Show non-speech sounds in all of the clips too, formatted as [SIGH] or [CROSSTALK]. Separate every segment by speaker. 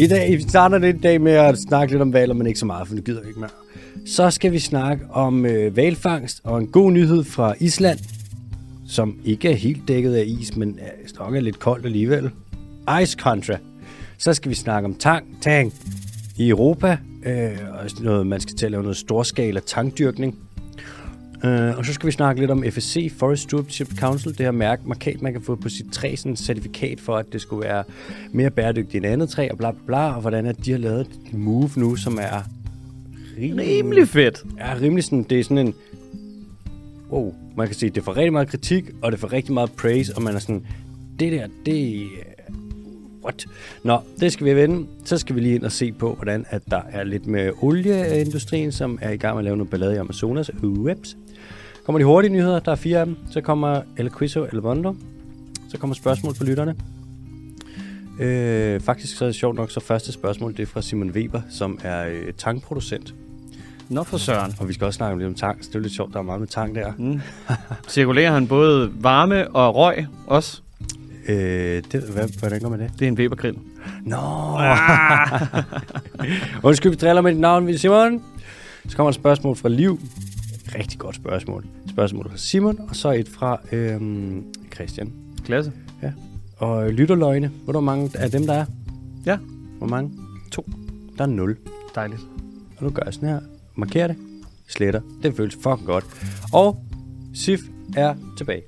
Speaker 1: I dag, vi starter lidt i dag med at snakke lidt om valer, men ikke så meget, for nu gider vi ikke mere. Så skal vi snakke om øh, valfangst og en god nyhed fra Island, som ikke er helt dækket af is, men er nok er lidt koldt alligevel. Ice Contra. Så skal vi snakke om tang, tang i Europa, øh, og sådan noget, man skal til at lave noget storskala tangdyrkning. Øh, og så skal vi snakke lidt om FSC, Forest Stewardship Council, det her mærke, markat, man kan få på sit træ, sådan et certifikat for, at det skulle være mere bæredygtigt end andet træ, og bla bla bla, og hvordan at de har lavet et move nu, som er
Speaker 2: Rimelig fedt.
Speaker 1: er rimelig sådan, det er sådan en, wow, man kan se, det får rigtig meget kritik, og det får rigtig meget praise, og man er sådan, det der, det er- what? Nå, det skal vi vende. Så skal vi lige ind og se på, hvordan at der er lidt med olieindustrien, som er i gang med at lave noget ballade i Amazonas. Ups. Kommer de hurtige nyheder, der er fire af dem. Så kommer El Quizo El Mondo. Så kommer spørgsmål fra lytterne. Øh, faktisk så er det sjovt nok, så første spørgsmål, det er fra Simon Weber, som er øh, tankproducent.
Speaker 2: Nå for søren.
Speaker 1: Og vi skal også snakke lidt om tang. så Det er jo lidt sjovt, der er meget med tang der. Mm.
Speaker 2: Cirkulerer han både varme og røg også?
Speaker 1: Øh, det, hvad, hvordan går man det?
Speaker 2: Det er en Webergrill.
Speaker 1: Nå! [LAUGHS] Undskyld, vi driller med dit navn, vi er Simon. Så kommer et spørgsmål fra Liv. Rigtig godt spørgsmål. Et spørgsmål fra Simon, og så et fra øhm, Christian.
Speaker 2: Klasse.
Speaker 1: Ja. Og øh, lytterløgne. Ved du, hvor mange af dem, der er?
Speaker 2: Ja,
Speaker 1: Hvor mange?
Speaker 2: to.
Speaker 1: Der er nul.
Speaker 2: Dejligt.
Speaker 1: Og nu gør jeg sådan her. Markerer det. Sletter. Det føles fucking godt. Og Sif er tilbage.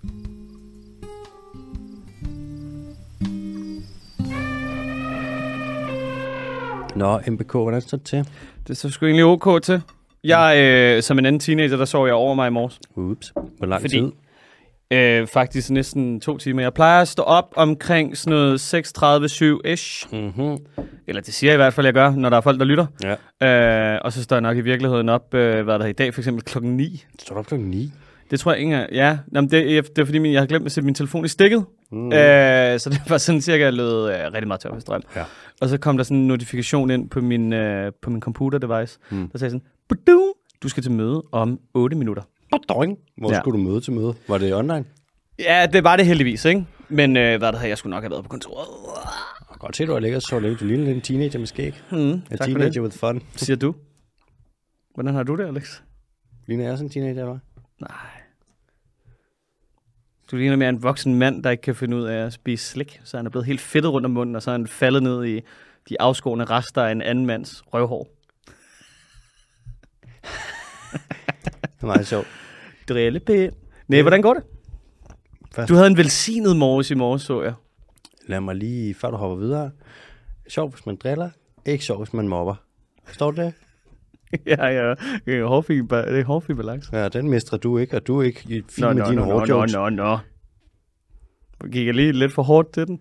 Speaker 1: Nå, MBK, hvordan står det til?
Speaker 2: Det så sgu egentlig ok til. Jeg, øh, som en anden teenager, der sov jeg over mig i morges.
Speaker 1: Ups, hvor lang
Speaker 2: Fordi-
Speaker 1: tid?
Speaker 2: Øh, faktisk næsten to timer. Jeg plejer at stå op omkring sådan noget 36-7-ish.
Speaker 1: Mm-hmm.
Speaker 2: Eller det siger jeg i hvert fald, jeg gør, når der er folk, der lytter.
Speaker 1: Ja.
Speaker 2: Øh, og så står jeg nok i virkeligheden op, øh, hvad er der i dag, for eksempel klokken 9.
Speaker 1: Står du op klokken 9?
Speaker 2: Det tror jeg ikke engang. Ja, Nå, men det, er- det er fordi, min, jeg har glemt at sætte min telefon i stikket. Mm. Øh, så det var sådan cirka, jeg lød øh, rigtig meget tør for strøm.
Speaker 1: Ja.
Speaker 2: Og så kom der sådan en notifikation ind på min, øh, på min computer-device, mm. der sagde sådan, "Badum, du skal til møde om 8 minutter.
Speaker 1: Badøjn. Hvor
Speaker 2: Ja.
Speaker 1: ja. skulle du møde til møde? Var det online?
Speaker 2: Ja, det var det heldigvis, ikke? Men øh, hvad der havde jeg skulle nok have været på kontoret.
Speaker 1: Og godt se, du har lækkert så lidt. Du ligner lidt en teenager med skæg.
Speaker 2: Mm,
Speaker 1: En
Speaker 2: tak for
Speaker 1: teenager
Speaker 2: det.
Speaker 1: with fun.
Speaker 2: Siger du? Hvordan har du det, Alex?
Speaker 1: Ligner jeg sådan en teenager, var?
Speaker 2: Nej. Du ligner mere en voksen mand, der ikke kan finde ud af at spise slik. Så han er blevet helt fedtet rundt om munden, og så er han faldet ned i de afskårende rester af en anden mands røvhår.
Speaker 1: Det er meget sjovt.
Speaker 2: Drillepind. Nej, hvordan går det?
Speaker 1: Først-
Speaker 2: Du havde en velsignet morges i morges, så jeg. [LAUGHS]
Speaker 1: Lad mig lige, før du hopper videre. Sjov, hvis man driller. Ikke sjov, hvis man mobber. Forstår du det?
Speaker 2: ja, ja. Det er hårfin ba- det er hårfin balance.
Speaker 1: Ja, den mister du ikke, og du er ikke i- fin med dine
Speaker 2: nå, nå,
Speaker 1: hårdjokes.
Speaker 2: nå, nå. Gik jeg lige lidt for hårdt til
Speaker 1: [LAUGHS]
Speaker 2: den?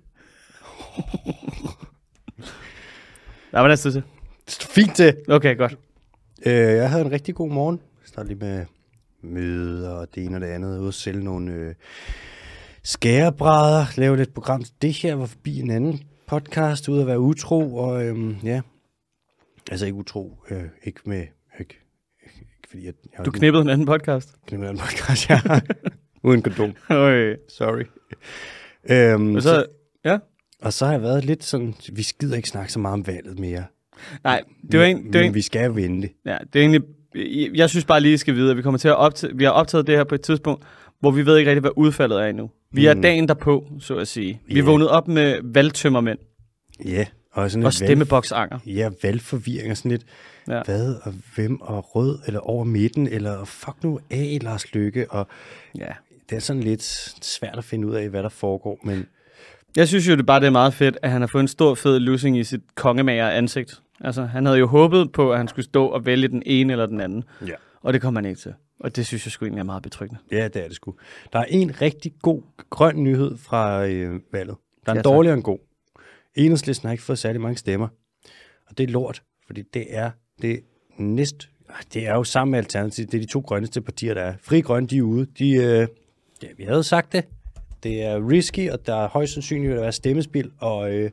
Speaker 2: Nej, hvordan er det?
Speaker 1: Fint det!
Speaker 2: altså, Okay, godt.
Speaker 1: Øh, jeg havde en rigtig god morgen. Jeg starter lige med møder og det ene og det andet. Ude og sælge nogle øh, skærebrædder. Lave lidt program til det her. Var forbi en anden podcast. Ude at være utro. Og øhm, ja, altså ikke utro. Øh, ikke med... Ikke, ikke, ikke fordi jeg, jeg
Speaker 2: Du knippede en anden podcast.
Speaker 1: knipper en podcast, ja. Uden kondom.
Speaker 2: Øj.
Speaker 1: Sorry. Øhm,
Speaker 2: Og
Speaker 1: og, så,
Speaker 2: så, ja.
Speaker 1: og så har jeg været lidt sådan, vi skider ikke snakke så meget om valget mere.
Speaker 2: Nej, det var en, det var
Speaker 1: men
Speaker 2: en,
Speaker 1: vi skal vente.
Speaker 2: ja, det er egentlig, jeg- jeg synes bare lige, I skal vide, at vi kommer til at optage, vi har optaget det her på et tidspunkt, hvor vi ved ikke rigtig, hvad udfaldet er endnu. Vi er dagen derpå, så at sige. Vi er
Speaker 1: Mm. Ja.
Speaker 2: vågnet op med valgtømmermænd
Speaker 1: Ja, og sådan
Speaker 2: og
Speaker 1: lidt valg,
Speaker 2: stemmeboksanger.
Speaker 1: ja, valgforvirring og sådan lidt,
Speaker 2: Ja.
Speaker 1: ja. hvad og hvem og rød eller over midten, eller fuck nu af Lars Lykke, og
Speaker 2: Ja.
Speaker 1: det er sådan lidt svært at finde ud af, hvad der foregår, men
Speaker 2: Jeg synes jo det bare, det er meget fedt, at han har fået en stor fed lussing i sit kongemager ansigt. Altså, han havde jo håbet på, at han skulle stå og vælge den ene eller den anden.
Speaker 1: ja.
Speaker 2: Og det kom han ikke til. Og det synes jeg sgu egentlig er meget betryggende.
Speaker 1: ja, det er det sgu. Der er en rigtig god grøn nyhed fra øh, valget. Der er en
Speaker 2: Ja, tak.
Speaker 1: dårligere end god. Enhedslisten har ikke fået særlig mange stemmer, og det er lort, fordi det er det næst, Ah, det er jo sammen med Alternativet, det er de to grønneste partier, der er. Fri Grønne, de er ude. De, øh, ja, vi havde sagt det. Det er risky, og der er højst sandsynligt at være stemmespil, og øh,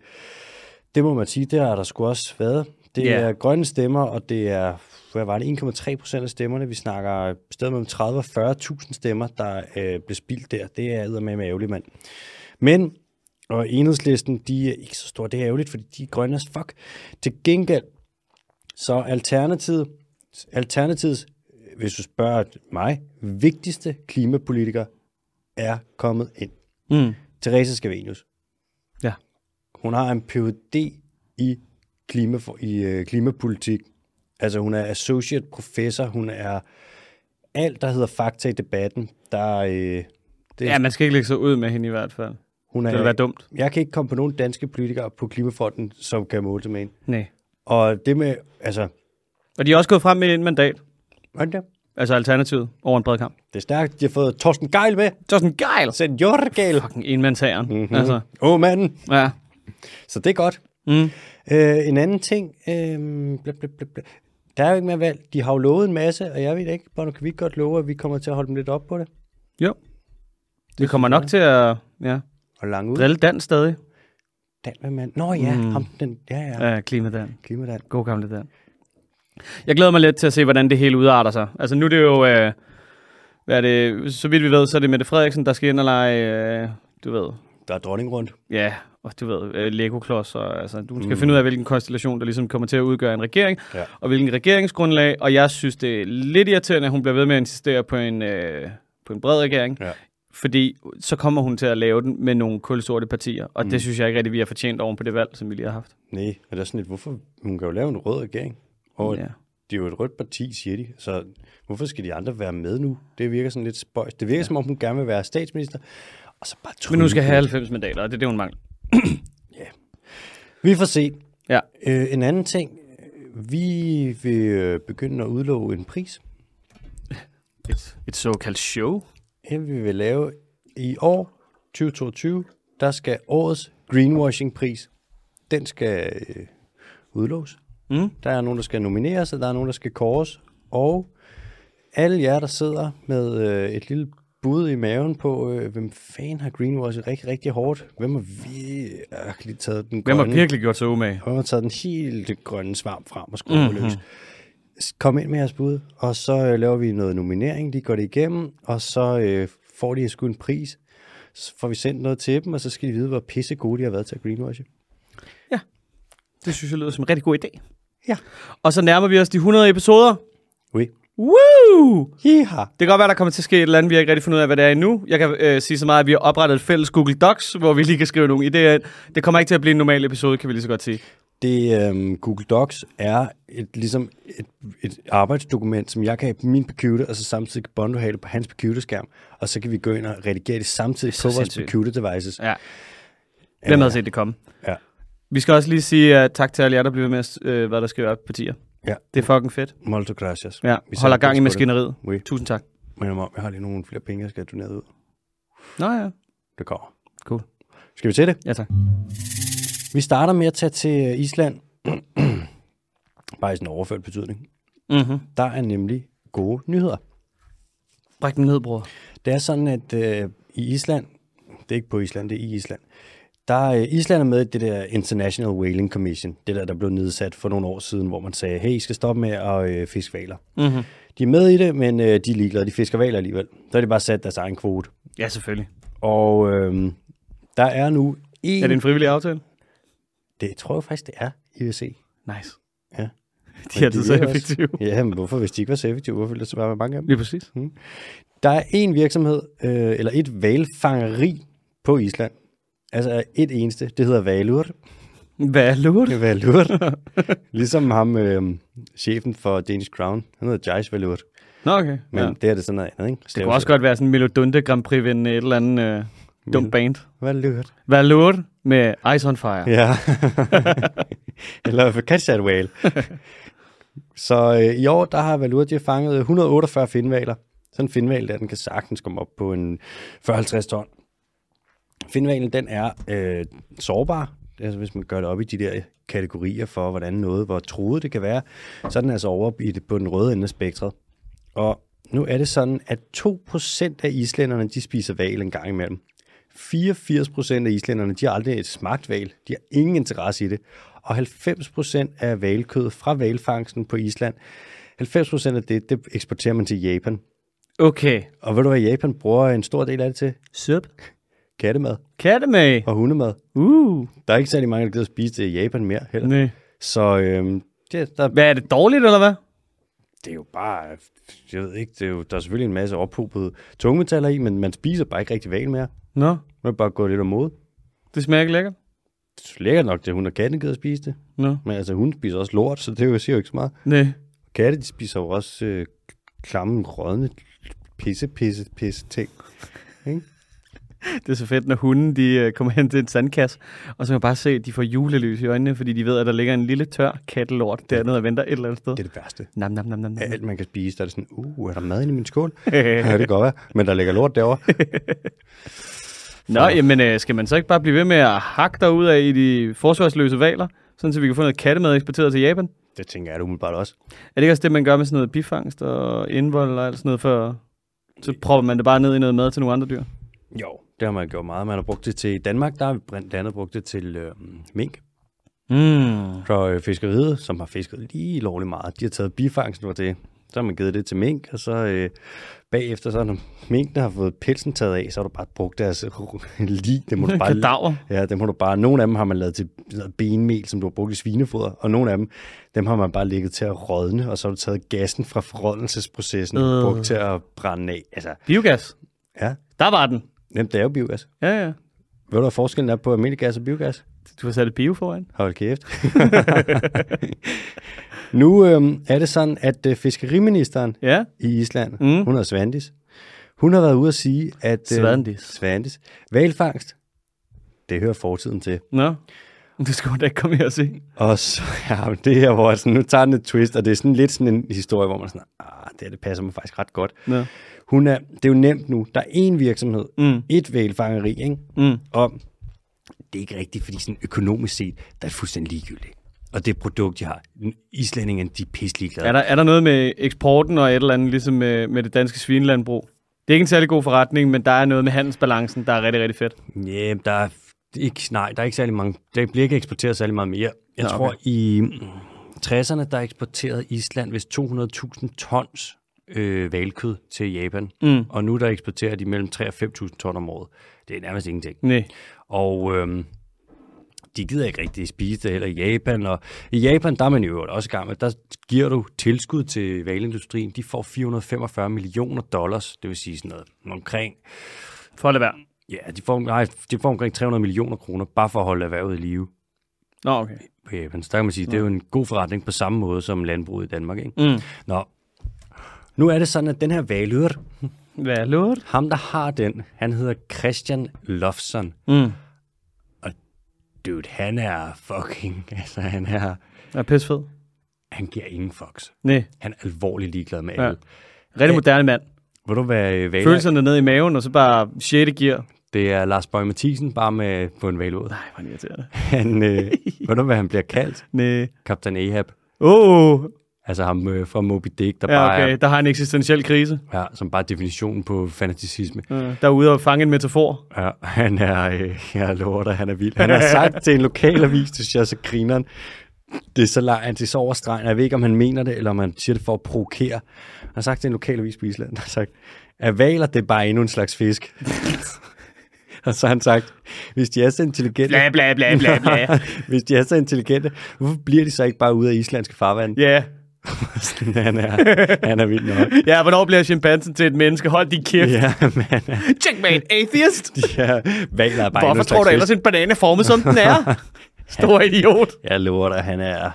Speaker 1: det må man sige, det har der sgu også været. Det
Speaker 2: Ja.
Speaker 1: er grønne stemmer, og det er, hvad var det, 1,3 procent af stemmerne. Vi snakker et sted mellem 30 og 40.000 stemmer, der øh, blev spildt der. Det er med ærgerligt, mand. Men Og enhedslisten, de er ikke så store. Det er ærgerligt, fordi de er grønne as fuck. Til gengæld, så Alternativet, Alternativets, hvis du spørger mig, vigtigste klimapolitiker er kommet ind.
Speaker 2: Mm.
Speaker 1: Therese Scavenius.
Speaker 2: Ja.
Speaker 1: Hun har en Ph.D. i, klima, i øh, klimapolitik. Altså hun er associate professor, hun er alt, der hedder fakta i debatten. Der, øh, det,
Speaker 2: Ja, man skal ikke lægge sig ud med hende i hvert fald.
Speaker 1: hun
Speaker 2: Det ville være dumt.
Speaker 1: Jeg kan ikke komme på nogen danske politikere på Klimafronten, som kan måle sig med en.
Speaker 2: Nej.
Speaker 1: Og det med, altså,
Speaker 2: Og de er også gået frem med et mandat,
Speaker 1: hvordan der?
Speaker 2: altså Alternativet, over en bred kamp.
Speaker 1: det er stærkt. De har fået Torsten Geil med.
Speaker 2: Thorsten Geil!
Speaker 1: Senior Geil.
Speaker 2: Fucking enmandsageren. Mm-hmm. Altså,
Speaker 1: Åh, oh, manden.
Speaker 2: ja.
Speaker 1: Så det er godt.
Speaker 2: Mm.
Speaker 1: Øh, en anden ting. Øh, bla, bla, bla, bla. Der er jo ikke mere valg. De har jo lovet en masse, og jeg ved ikke, Bono, kan vi ikke godt love, at vi kommer til at holde dem lidt op på det?
Speaker 2: Jo. Det kommer nok til at ja,
Speaker 1: Og langt ud.
Speaker 2: drille Dan stadig.
Speaker 1: Dan, hvad mand? Nå ja, mm. ham, den, ja, ja. ja.
Speaker 2: Ja, klimadan.
Speaker 1: Klimadan.
Speaker 2: God gamle Dan. Jeg glæder mig lidt til at se, hvordan det hele udarter sig. Altså nu er det jo, øh, hvad er det, så vidt vi ved, så er det Mette Frederiksen, der skal ind og lege, øh, du ved,
Speaker 1: Der er dronning rundt.
Speaker 2: ja, og du ved, øh, Lego-klods, og altså, du skal mm. finde ud af, hvilken konstellation, der ligesom kommer til at udgøre en regering,
Speaker 1: Ja.
Speaker 2: og hvilken regeringsgrundlag, og jeg synes, det er lidt irriterende, at hun bliver ved med at insistere på en, øh, på en bred regering,
Speaker 1: Ja.
Speaker 2: fordi så kommer hun til at lave den med nogle kulsorte partier, og mm. det synes jeg ikke rigtig, vi har fortjent oven på det valg, som vi lige har haft.
Speaker 1: Nej, men det er sådan lidt, hvorfor? Hun kan jo lave en rød regering. Og
Speaker 2: Ja.
Speaker 1: det er jo et rødt parti, siger de. Så hvorfor skal de andre være med nu? Det virker sådan lidt spøjs. Det virker, ja. som om hun gerne vil være statsminister. Og så bare
Speaker 2: Men nu
Speaker 1: trylle
Speaker 2: skal
Speaker 1: på
Speaker 2: have 90 mandater, og det er det, hun mangler.
Speaker 1: Vi får se.
Speaker 2: Ja.
Speaker 1: Øh, en anden ting. Vi vil øh, begynde at udlove en pris.
Speaker 2: Et, et såkaldt show?
Speaker 1: Ja, vi vil lave i år 2022. Der skal årets greenwashing-pris. Den skal øh, udlås.
Speaker 2: Mm.
Speaker 1: Der er nogen, der skal nomineres, og der er nogen, der skal kores. Og alle jer, der sidder med øh, et lille bud i maven på, øh, hvem fanden har greenwashet rigtig, rigtig hårdt? Hvem har virkelig taget den
Speaker 2: Hvem
Speaker 1: grønne?
Speaker 2: har virkelig gjort sig umage?
Speaker 1: Og har taget den helt grønne svamp frem og skruer
Speaker 2: Mhm.
Speaker 1: mm-hmm. løs. S- Kom ind med jeres bud, og så øh, laver vi noget nominering, de går det igennem, og så øh, får de sgu en pris. Så får vi sendt noget til dem, og så skal de vide, hvor pisse gode de har været til at greenwashe.
Speaker 2: Det synes jeg lyder som en rigtig god idé.
Speaker 1: Ja.
Speaker 2: Og så nærmer vi os de 100 episoder.
Speaker 1: Oui.
Speaker 2: Woo!
Speaker 1: Yeeha.
Speaker 2: Det kan godt være, der kommer til at ske et eller andet, vi har ikke rigtig fundet ud af, hvad det er endnu. Jeg kan øh, sige så meget, at vi har oprettet et fælles Google Docs, hvor vi lige kan skrive nogle idéer ind. Det kommer ikke til at blive en normal episode, kan vi lige så godt sige.
Speaker 1: Det øhm, Google Docs er et, ligesom et, et arbejdsdokument, som jeg kan have på min computer, og så samtidig kan Bondo have det på hans computerskærm, og så kan vi gå ind og redigere det samtidig det på vores
Speaker 2: sindssygt.
Speaker 1: computer-devices.
Speaker 2: Ja. Hvem havde set det komme?
Speaker 1: Ja.
Speaker 2: Vi skal også lige sige uh, tak til alle jer, der bliver med os, øh, hvad der skal være på tier.
Speaker 1: Ja,
Speaker 2: Det er fucking fedt.
Speaker 1: molto gracias.
Speaker 2: Ja.
Speaker 1: Vi
Speaker 2: Vi holder
Speaker 1: sætter
Speaker 2: gang i
Speaker 1: pris på det.
Speaker 2: maskineriet.
Speaker 1: Oui.
Speaker 2: Tusind tak.
Speaker 1: Men om, jeg har lige nogle flere penge, jeg skal have doneret ud.
Speaker 2: Nå ja.
Speaker 1: Det kommer.
Speaker 2: Cool.
Speaker 1: Skal vi til det?
Speaker 2: Ja tak.
Speaker 1: Vi starter med at tage til øh, Island. [CLEARS THROAT] Bare i sådan en overført betydning.
Speaker 2: Mm-hmm.
Speaker 1: Der er nemlig gode nyheder.
Speaker 2: Bræk den ned, bror.
Speaker 1: Det er sådan, at øh, i Island, det er ikke på Island, det er i Island, der øh, Island er med i det der International Whaling Commission, det der, der blev nedsat for nogle år siden, hvor man sagde, hey, I skal stoppe med at øh, fiske valer.
Speaker 2: Mm-hmm.
Speaker 1: De er med i det, men øh, de er ligeglade, de fisker valer alligevel. Så har de bare sat deres egen kvote.
Speaker 2: Ja, selvfølgelig.
Speaker 1: Og øh, der er nu en...
Speaker 2: Er det en frivillig aftale?
Speaker 1: det tror jeg faktisk, det altså er IWC.
Speaker 2: Nice.
Speaker 1: Ja.
Speaker 2: [LAUGHS] De er altid så
Speaker 1: det også-
Speaker 2: effektive.
Speaker 1: [LAUGHS] Ja, men hvorfor, hvis de ikke var så effektive, hvorfor ville der så bare være mange af dem?
Speaker 2: Lige præcis.
Speaker 1: Der er en virksomhed, øh, eller et valfangeri på Island. Altså et eneste, det hedder Valur.
Speaker 2: Hvad lover du?
Speaker 1: Det er [LAUGHS] Valur. ligesom ham, øh, chefen for Danish Crown, han hedder Jais Valur.
Speaker 2: Nå, okay.
Speaker 1: Men
Speaker 2: ja.
Speaker 1: ja. det er det sådan noget andet, ikke?
Speaker 2: Det kunne også godt være sådan en Melodunde Grand Prix vinde et eller andet øh, dumt band.
Speaker 1: Valur.
Speaker 2: Hvad lover du? Med Ice on Fire.
Speaker 1: Ja. [LAUGHS] eller for catch that whale. Så øh, i år, der har Valur, de har fanget 148 finvaler. Sådan en finval der, den kan sagtens komme op på en 40-50 ton. Finvalen, den er øh, sårbar. Altså hvis man gør det op i de der kategorier for, hvordan noget, hvor truet det kan være, så er den altså over i det, på den røde ende af spektret. Og nu er det sådan, at 2% af islænderne, de spiser val en gang imellem. 84% af islænderne, de har aldrig et smagt val. De har ingen interesse i det. Og 90% af valkødet fra valfangsten på Island, 90% af det, det eksporterer man til Japan.
Speaker 2: Okay.
Speaker 1: Og ved du, hvad Japan bruger en stor del af det til?
Speaker 2: Sup.
Speaker 1: kattemad
Speaker 2: Kattemag.
Speaker 1: og hundemad.
Speaker 2: Uh.
Speaker 1: Der er ikke særlig mange, der gider at spise det i Japan mere heller.
Speaker 2: Nej.
Speaker 1: Så øhm, det, der,
Speaker 2: Hvad er det dårligt, eller hvad?
Speaker 1: det er jo bare, jeg ved ikke, det er jo, der er selvfølgelig en masse ophobede tungmetaller i, men man spiser bare ikke rigtig val mere.
Speaker 2: Nå,
Speaker 1: Man er bare gået lidt om mod.
Speaker 2: det smager ikke lækkert.
Speaker 1: Lækkert nok, det er hun og katten gider at spise det.
Speaker 2: Nå,
Speaker 1: Men altså, hun spiser også lort, så det er jo- siger jo ikke så meget.
Speaker 2: nej.
Speaker 1: Katte, de spiser jo også øh, klamme, rådne, pisse, pisse, pisse ting.
Speaker 2: Det er så fedt, når hunden de øh, kommer hen til en sandkasse, og så kan man bare se, at de får julelys i øjnene, fordi de ved, at der ligger en lille tør kattelort dernede og venter et eller andet sted.
Speaker 1: Det er det værste.
Speaker 2: Nam, nam, nam, nam, nam.
Speaker 1: Af alt, man kan spise, der er det sådan, uh, er der mad inde i min skål? ja, det kan godt være, men der ligger lort derovre.
Speaker 2: Nå, jamen, øh, skal man så ikke bare blive ved med at hakke dig ud af i de forsvarsløse valer, sådan så vi kan få noget kattemad eksporteret til Japan?
Speaker 1: Det tænker jeg da umiddelbart også.
Speaker 2: Er det ikke også det, man gør med sådan noget bifangst og indvold og alt sådan noget, for så propper man det bare ned i noget mad til nogle andre dyr?
Speaker 1: Jo, det har man gjort meget. Man har brugt det til i Danmark, der har vi blandt andet brugt det til øh, mink.
Speaker 2: Mm.
Speaker 1: Så øh, fiskeriet, som har fisket lige lovligt meget, de har taget bifangsten for det. Så har man givet det til mink, og så øh, bagefter, så når minkene har fået pelsen taget af, så har du bare brugt deres [LAUGHS] lige. Det må du bare
Speaker 2: [LAUGHS] Kadaver.
Speaker 1: Ja, dem har du bare, nogle af dem har man lavet til sådan noget benmel, som du har brugt i svinefoder, og nogle af dem, dem har man bare ligget til at rådne, og så har du taget gassen fra forrådnelsesprocessen og
Speaker 2: Øh.
Speaker 1: brugt til at brænde af. Altså,
Speaker 2: Biogas.
Speaker 1: ja,
Speaker 2: Der var den.
Speaker 1: nemt det er jo biogas.
Speaker 2: Ja, ja.
Speaker 1: Ved du, hvad forskellen er på almindelig gas og biogas?
Speaker 2: Du har sat et bio foran.
Speaker 1: Hold kæft. [LAUGHS] nu øhm, er det sådan, at øh, fiskeriministeren
Speaker 2: Ja.
Speaker 1: i Island,
Speaker 2: Mm.
Speaker 1: mm. hun hedder Svandis, hun har været ude at sige, at... øh,
Speaker 2: Svandis.
Speaker 1: Svandis. Valfangst, det hører fortiden til.
Speaker 2: Nå. Det skulle hun da ikke komme her og se.
Speaker 1: Og så, [LAUGHS] ja, men det her, hvor jeg sådan, nu tager den et twist, og det er sådan lidt sådan en historie, hvor man er sådan, ah, det her, det passer mig faktisk ret godt.
Speaker 2: Nå.
Speaker 1: Hun er, det er jo nemt nu, der er én virksomhed,
Speaker 2: Mm.
Speaker 1: et vælfangeri, ikke?
Speaker 2: Mm.
Speaker 1: Og det er ikke rigtigt, fordi sådan økonomisk set, der er det fuldstændig ligegyldigt. Og det produkt, de har, islændingerne, de er pisselig glade.
Speaker 2: Er, der, er der noget med eksporten og et eller andet, ligesom med, med det danske svinelandbrug? Det er ikke en særlig god forretning, men der er noget med handelsbalancen, der er rigtig, rigtig fedt.
Speaker 1: Ja, der er ikke, nej, der er ikke særlig mange. Der bliver ikke eksporteret særlig meget mere. Jeg
Speaker 2: Nå,
Speaker 1: Nå,
Speaker 2: okay.
Speaker 1: tror, i mm, 60'erne, der eksporterede Island vist 200.000 tons øh, valkød til Japan.
Speaker 2: Mm.
Speaker 1: Og nu der eksporterer de mellem 3.000 og 5.000 ton om året. Det er nærmest ingenting.
Speaker 2: Nej.
Speaker 1: Og øhm, de gider ikke rigtig spise det heller i Japan. Og i Japan, der er man jo også i gang med, der giver du tilskud til valindustrien. De får 445 millioner dollars, det vil sige sådan noget omkring
Speaker 2: For at lade være.
Speaker 1: Ja, de får, nej, de får omkring 300 millioner kroner, bare for at holde erhvervet i live
Speaker 2: Nå, okay.
Speaker 1: på Japan. Så der kan man sige, det er jo en god forretning på samme måde som landbruget i Danmark. Ikke?
Speaker 2: Mm.
Speaker 1: Nå, nu er det sådan, at den her valør,
Speaker 2: Hvad er lort?
Speaker 1: ham der har den, han hedder Christian Lofsson.
Speaker 2: Mm.
Speaker 1: Dude, han er fucking, [LAUGHS] altså han er,
Speaker 2: Er pisse fed.
Speaker 1: han giver ingen fucks.
Speaker 2: Nej.
Speaker 1: Han er alvorligt ligeglad med
Speaker 2: Ja.
Speaker 1: alle. Ja.
Speaker 2: Rigtig moderne mand.
Speaker 1: Ved du hvad valer?
Speaker 2: Følelserne ned i maven, og så bare 6. gear.
Speaker 1: Det er Lars Bøge Mathisen, bare med på en valud.
Speaker 2: Nej, hvor er det irriterende.
Speaker 1: Han,
Speaker 2: [LAUGHS]
Speaker 1: øh, ved du hvad han bliver kaldt?
Speaker 2: Nej.
Speaker 1: Kaptajn Ahab.
Speaker 2: Åh, oh,
Speaker 1: Altså ham øh, fra Moby Dick, der
Speaker 2: ja,
Speaker 1: bare er
Speaker 2: okay. Der har en eksistentiel krise.
Speaker 1: Ja, som bare er definitionen på fanaticisme.
Speaker 2: Uh, der er ude og fange en metafor.
Speaker 1: Ja, han er, øh, jeg lover dig, han er vild.
Speaker 2: [LAUGHS]
Speaker 1: Han har sagt til en lokalavis, det synes jeg, er så griner han. Det er så langt, han det er så overstregen. og Jeg ved ikke, om han mener det, eller om han siger det for at provokere. Han har sagt til en lokalavis på Island, han har sagt, at valer, det er bare endnu en slags fisk. [LAUGHS] og så har han sagt, hvis de er så intelligente,
Speaker 2: Bla, bla, bla, bla, bla.
Speaker 1: [LAUGHS] hvis de er så intelligente, hvorfor bliver de så ikke bare ude af islandske farvand?
Speaker 2: [LAUGHS] Ja.
Speaker 1: Sådan, [LAUGHS] han, er, han er vild nok.
Speaker 2: Ja, hvornår bliver chimpansen til et menneske? Hold din kæft.
Speaker 1: Ja, man,
Speaker 2: Checkmate, atheist!
Speaker 1: ja, valer er bare endnu
Speaker 2: Hvorfor
Speaker 1: en
Speaker 2: tror
Speaker 1: slags
Speaker 2: du
Speaker 1: fisk.
Speaker 2: ellers en banan er formet, som den [LAUGHS] er? Stor idiot.
Speaker 1: Jeg lover dig, han er,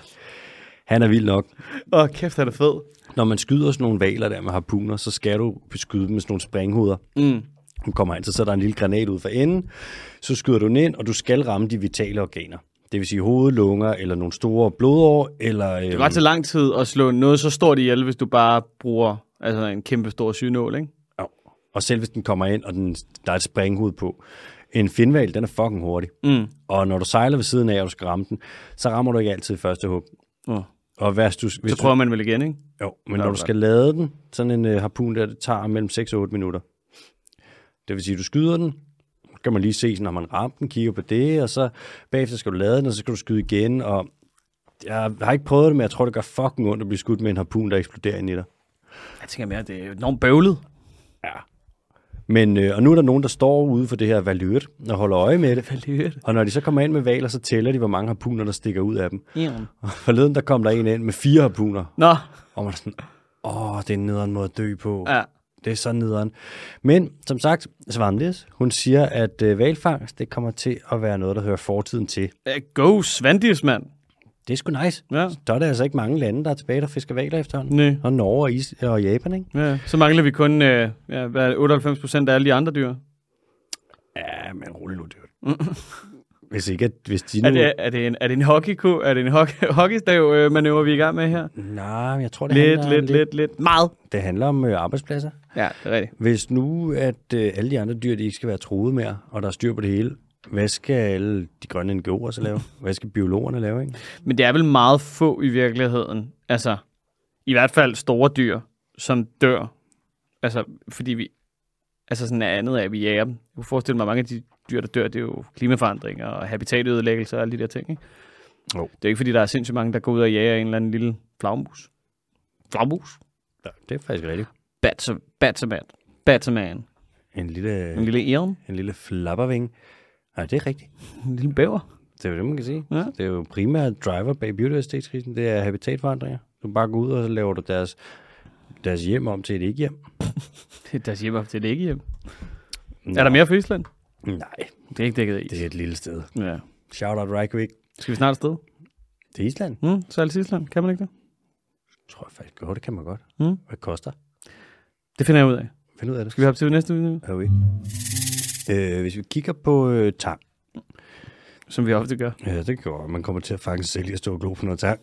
Speaker 1: han er vild nok.
Speaker 2: Åh, kæft, han er fed.
Speaker 1: Når man skyder sådan nogle valer der med harpuner, så skal du beskyde dem med sådan nogle springhoveder.
Speaker 2: Mm.
Speaker 1: Du kommer ind, så sætter der en lille granat ud for enden, så skyder du den ind, og du skal ramme de vitale organer. Det vil sige hoved, lunger, eller nogle store blodår, eller...
Speaker 2: Det
Speaker 1: Øh,
Speaker 2: var til lang tid at slå noget så stort ihjel, hvis du bare bruger altså en kæmpe stor sygnål, ikke?
Speaker 1: og selv hvis den kommer ind, og den, der er et springhoved på. En finval, den er fucking hurtig.
Speaker 2: Mm.
Speaker 1: Og når du sejler ved siden af, og du skal ramme den, så rammer du ikke altid i første hug.
Speaker 2: Oh.
Speaker 1: Og hvis du, hvis
Speaker 2: Så prøver man vel igen, ikke?
Speaker 1: Jo, men
Speaker 2: Nå,
Speaker 1: når du
Speaker 2: godt.
Speaker 1: skal lade den, sådan en øh, harpun der, det tager mellem 6 og 8 minutter. Det vil sige, at du skyder den, så kan man lige se, sådan, når man ramt den, kigger på det, og så bagefter skal du lade den, og så skal du skyde igen, og jeg har ikke prøvet det, men jeg tror, det gør fucking ondt at blive skudt med en harpun, der eksploderer ind i dig.
Speaker 2: Jeg tænker mere, det er jo enormt bøvlet.
Speaker 1: Men, øh, og nu er der nogen, der står ude for det her valøret og holder øje med det.
Speaker 2: Valyrt.
Speaker 1: Og når de så kommer ind med valer, så tæller de, hvor mange harpuner, der stikker ud af dem.
Speaker 2: Eon.
Speaker 1: Og forleden, der kom der en ind med fire harpuner.
Speaker 2: Nå,
Speaker 1: Og man er sådan, åh, det er en nederen måde at dø på.
Speaker 2: ja.
Speaker 1: Det er så nederen. Men som sagt, Svandes, hun siger, at øh, valfangst, det kommer til at være noget, der hører fortiden til.
Speaker 2: Ja, Go Svandis, mand.
Speaker 1: Det er sgu nice.
Speaker 2: Ja.
Speaker 1: Der er der altså ikke mange lande, der er tilbage, der fisker valer efterhånden.
Speaker 2: Nej.
Speaker 1: Og Norge og, Is- og Japan, ikke?
Speaker 2: Ja, så mangler vi kun øh, ja, hvad er det, 98 procent af alle de andre dyr.
Speaker 1: Ja, men rolig nu, det [LAUGHS] Hvis ikke, at, hvis de nu...
Speaker 2: Er det, er det en, er det en hockeyko? Er det en hockey, [LAUGHS] hockeystav øh, manøvre, vi er i gang med her?
Speaker 1: Nej, men jeg tror, det
Speaker 2: Lidt,
Speaker 1: handler om
Speaker 2: lidt, lidt, lidt. Meget.
Speaker 1: Det handler om øh, arbejdspladser.
Speaker 2: Ja, det er rigtigt.
Speaker 1: Hvis nu, at øh, alle de andre dyr, de ikke skal være truet mere, og der er styr på det hele, hvad skal alle de grønne NGO'er så
Speaker 2: [LAUGHS]
Speaker 1: lave? Hvad skal biologerne lave, ikke?
Speaker 2: Men det er vel meget få i virkeligheden. Altså, i hvert fald store dyr, som dør. Altså, fordi vi... Altså sådan er andet af, at vi jager dem. Jeg kunne forestille mig, at mange af de dyr, der dør, det er jo klimaforandringer og habitatødelæggelser og alle de der ting, ikke?
Speaker 1: Jo.
Speaker 2: Det er jo ikke, fordi der er sindssygt mange, der går ud og jager en eller anden lille flagmus. Flagmus?
Speaker 1: Ja, det er faktisk rigtigt.
Speaker 2: Batse, Batseman. Batseman.
Speaker 1: En lille,
Speaker 2: En lille æren.
Speaker 1: en lille flapperving. Nej, det er rigtigt.
Speaker 2: En lille [LAUGHS] bæver.
Speaker 1: Det er jo det, man kan sige.
Speaker 2: Ja.
Speaker 1: Det er jo primært driver bag biodiversitetskrisen, det er habitatforandringer. Du bare går ud, og så laver du deres, deres hjem om til et ikke-hjem.
Speaker 2: Det er deres hjem op til det ikke hjem.
Speaker 1: Nå.
Speaker 2: Er der mere for Island?
Speaker 1: Nej,
Speaker 2: Det er ikke dækket af is.
Speaker 1: det er et lille sted.
Speaker 2: Ja.
Speaker 1: Shout out Reykjavik.
Speaker 2: Skal vi snart afsted?
Speaker 1: Det er Island.
Speaker 2: Hmm? Så er det Island. Kan man ikke det?
Speaker 1: Tror jeg faktisk godt, det kan man godt.
Speaker 2: Mm.
Speaker 1: Hvad koster?
Speaker 2: Det finder jeg ud af.
Speaker 1: Find ud af det.
Speaker 2: Skal vi hoppe til det næste video,
Speaker 1: Er vi? Øh, hvis vi kigger på øh, tang,
Speaker 2: som vi ofte gør?
Speaker 1: ja, det gør man kommer til at fange selv i at stå og glo på noget tang,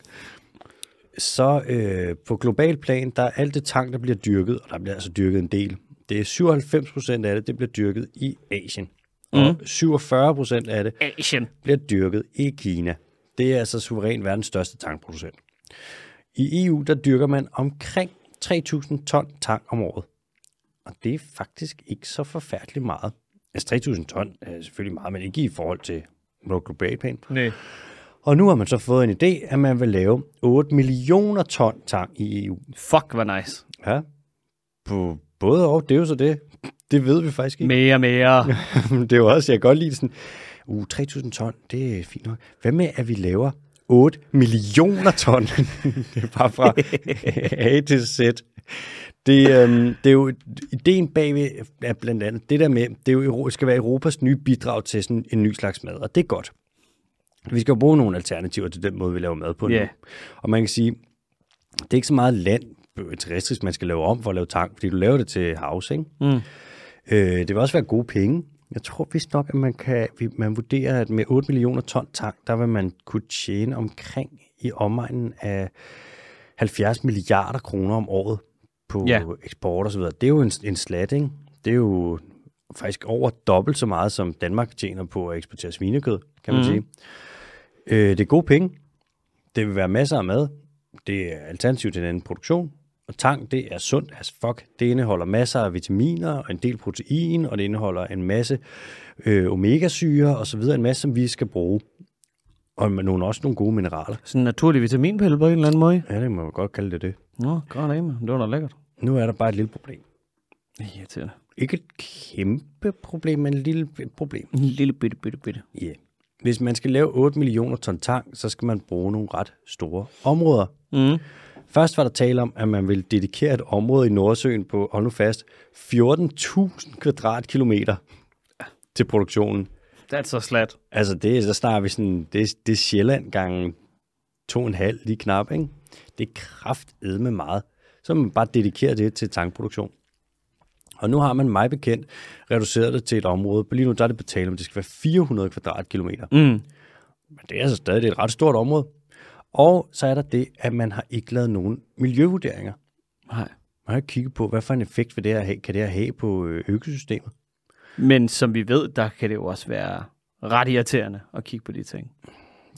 Speaker 1: så øh, på global plan, der er alt det tang, der bliver dyrket, og der bliver altså dyrket en del. Det er 97 procent af det, det bliver dyrket i Asien. Og 47 procent af det
Speaker 2: Asien.
Speaker 1: bliver dyrket i Kina. Det er altså suverænt verdens største tangproducent. I EU, der dyrker man omkring 3.000 ton tang om året. Og det er faktisk ikke så forfærdeligt meget. Altså 3.000 ton er selvfølgelig meget, men ikke i forhold til noget globalt plan.
Speaker 2: Nej.
Speaker 1: Og nu har man så fået en idé, at man vil lave 8 millioner ton tang i EU.
Speaker 2: Fuck, hvor nice.
Speaker 1: Ja, på både og, det er jo så det. Det ved vi faktisk ikke.
Speaker 2: Mere, mere.
Speaker 1: [LAUGHS] det er jo også, jeg kan godt lide sådan, uh, 3.000 ton, det er fint nok. Hvad med, at vi laver 8 millioner ton? [LAUGHS] det er bare
Speaker 2: [LAUGHS]
Speaker 1: fra A til Z. Det, øhm, det er jo, ideen bagved er blandt andet det der med, det er jo, Euro- skal være Europas nye bidrag til sådan en ny slags mad, og det er godt. Vi skal jo bruge nogle alternativer til den måde, vi laver mad på
Speaker 2: Ja.
Speaker 1: nu. Og man kan sige, det er ikke så meget land øh, terrestrisk, man skal lave om for at lave tank, fordi du laver det til havs, ikke?
Speaker 2: Mm.
Speaker 1: Øh, det vil også være gode penge. Jeg tror vist nok, at man, kan, vi- man vurderer, at med 8 millioner ton tang, der vil man kunne tjene omkring i omegnen af 70 milliarder kroner om året på
Speaker 2: Ja.
Speaker 1: ja. eksport og så videre. Det er jo en, en slat, ikke? Det er jo faktisk over dobbelt så meget, som Danmark tjener på at eksportere svinekød, kan man mm. sige. Øh, det er gode penge. Det vil være masser af mad. Det er alternativ til den anden produktion. Og tang, det er sundt as fuck. Det indeholder masser af vitaminer og en del protein, og det indeholder en masse øh, omegasyre og så videre, en masse, som vi skal bruge. Og nogle, også nogle gode mineraler.
Speaker 2: Sådan en naturlig vitaminpille på en eller anden måde.
Speaker 1: Ja, det må man godt kalde det det.
Speaker 2: Nå, godt af, mand. Det var da lækkert.
Speaker 1: Nu er der bare et lille problem.
Speaker 2: Irriterende.
Speaker 1: Ikke et kæmpe problem, men et lille problem.
Speaker 2: En lille bitte, bitte, bitte.
Speaker 1: Ja. Yeah. Hvis man skal lave 8 millioner ton tang, så skal man bruge nogle ret store områder.
Speaker 2: Mm.
Speaker 1: Først var der tale om, at man ville dedikere et område i Nordsøen på, hold nu fast, 14.000 kvadratkilometer til produktionen.
Speaker 2: That's a slat.
Speaker 1: Altså, det, er- så snakker vi sådan, det, er- det er Sjælland gange to og en halv, lige knap, ikke? Det er kraftedme meget. Så man bare dedikerer det til tangproduktion. Og nu har man mig bekendt reduceret det til et område. Lige nu der er det betalt, om det skal være 400 kvadratkilometer.
Speaker 2: Mm.
Speaker 1: Men det er altså stadig det er et ret stort område. Og så er der det, at man har ikke lavet nogen miljøvurderinger.
Speaker 2: Nej.
Speaker 1: Man har ikke kigget på, hvad for en effekt vil det her have, kan det her have på øh, økosystemet.
Speaker 2: Men som vi ved, der kan det jo også være ret irriterende at kigge på de ting.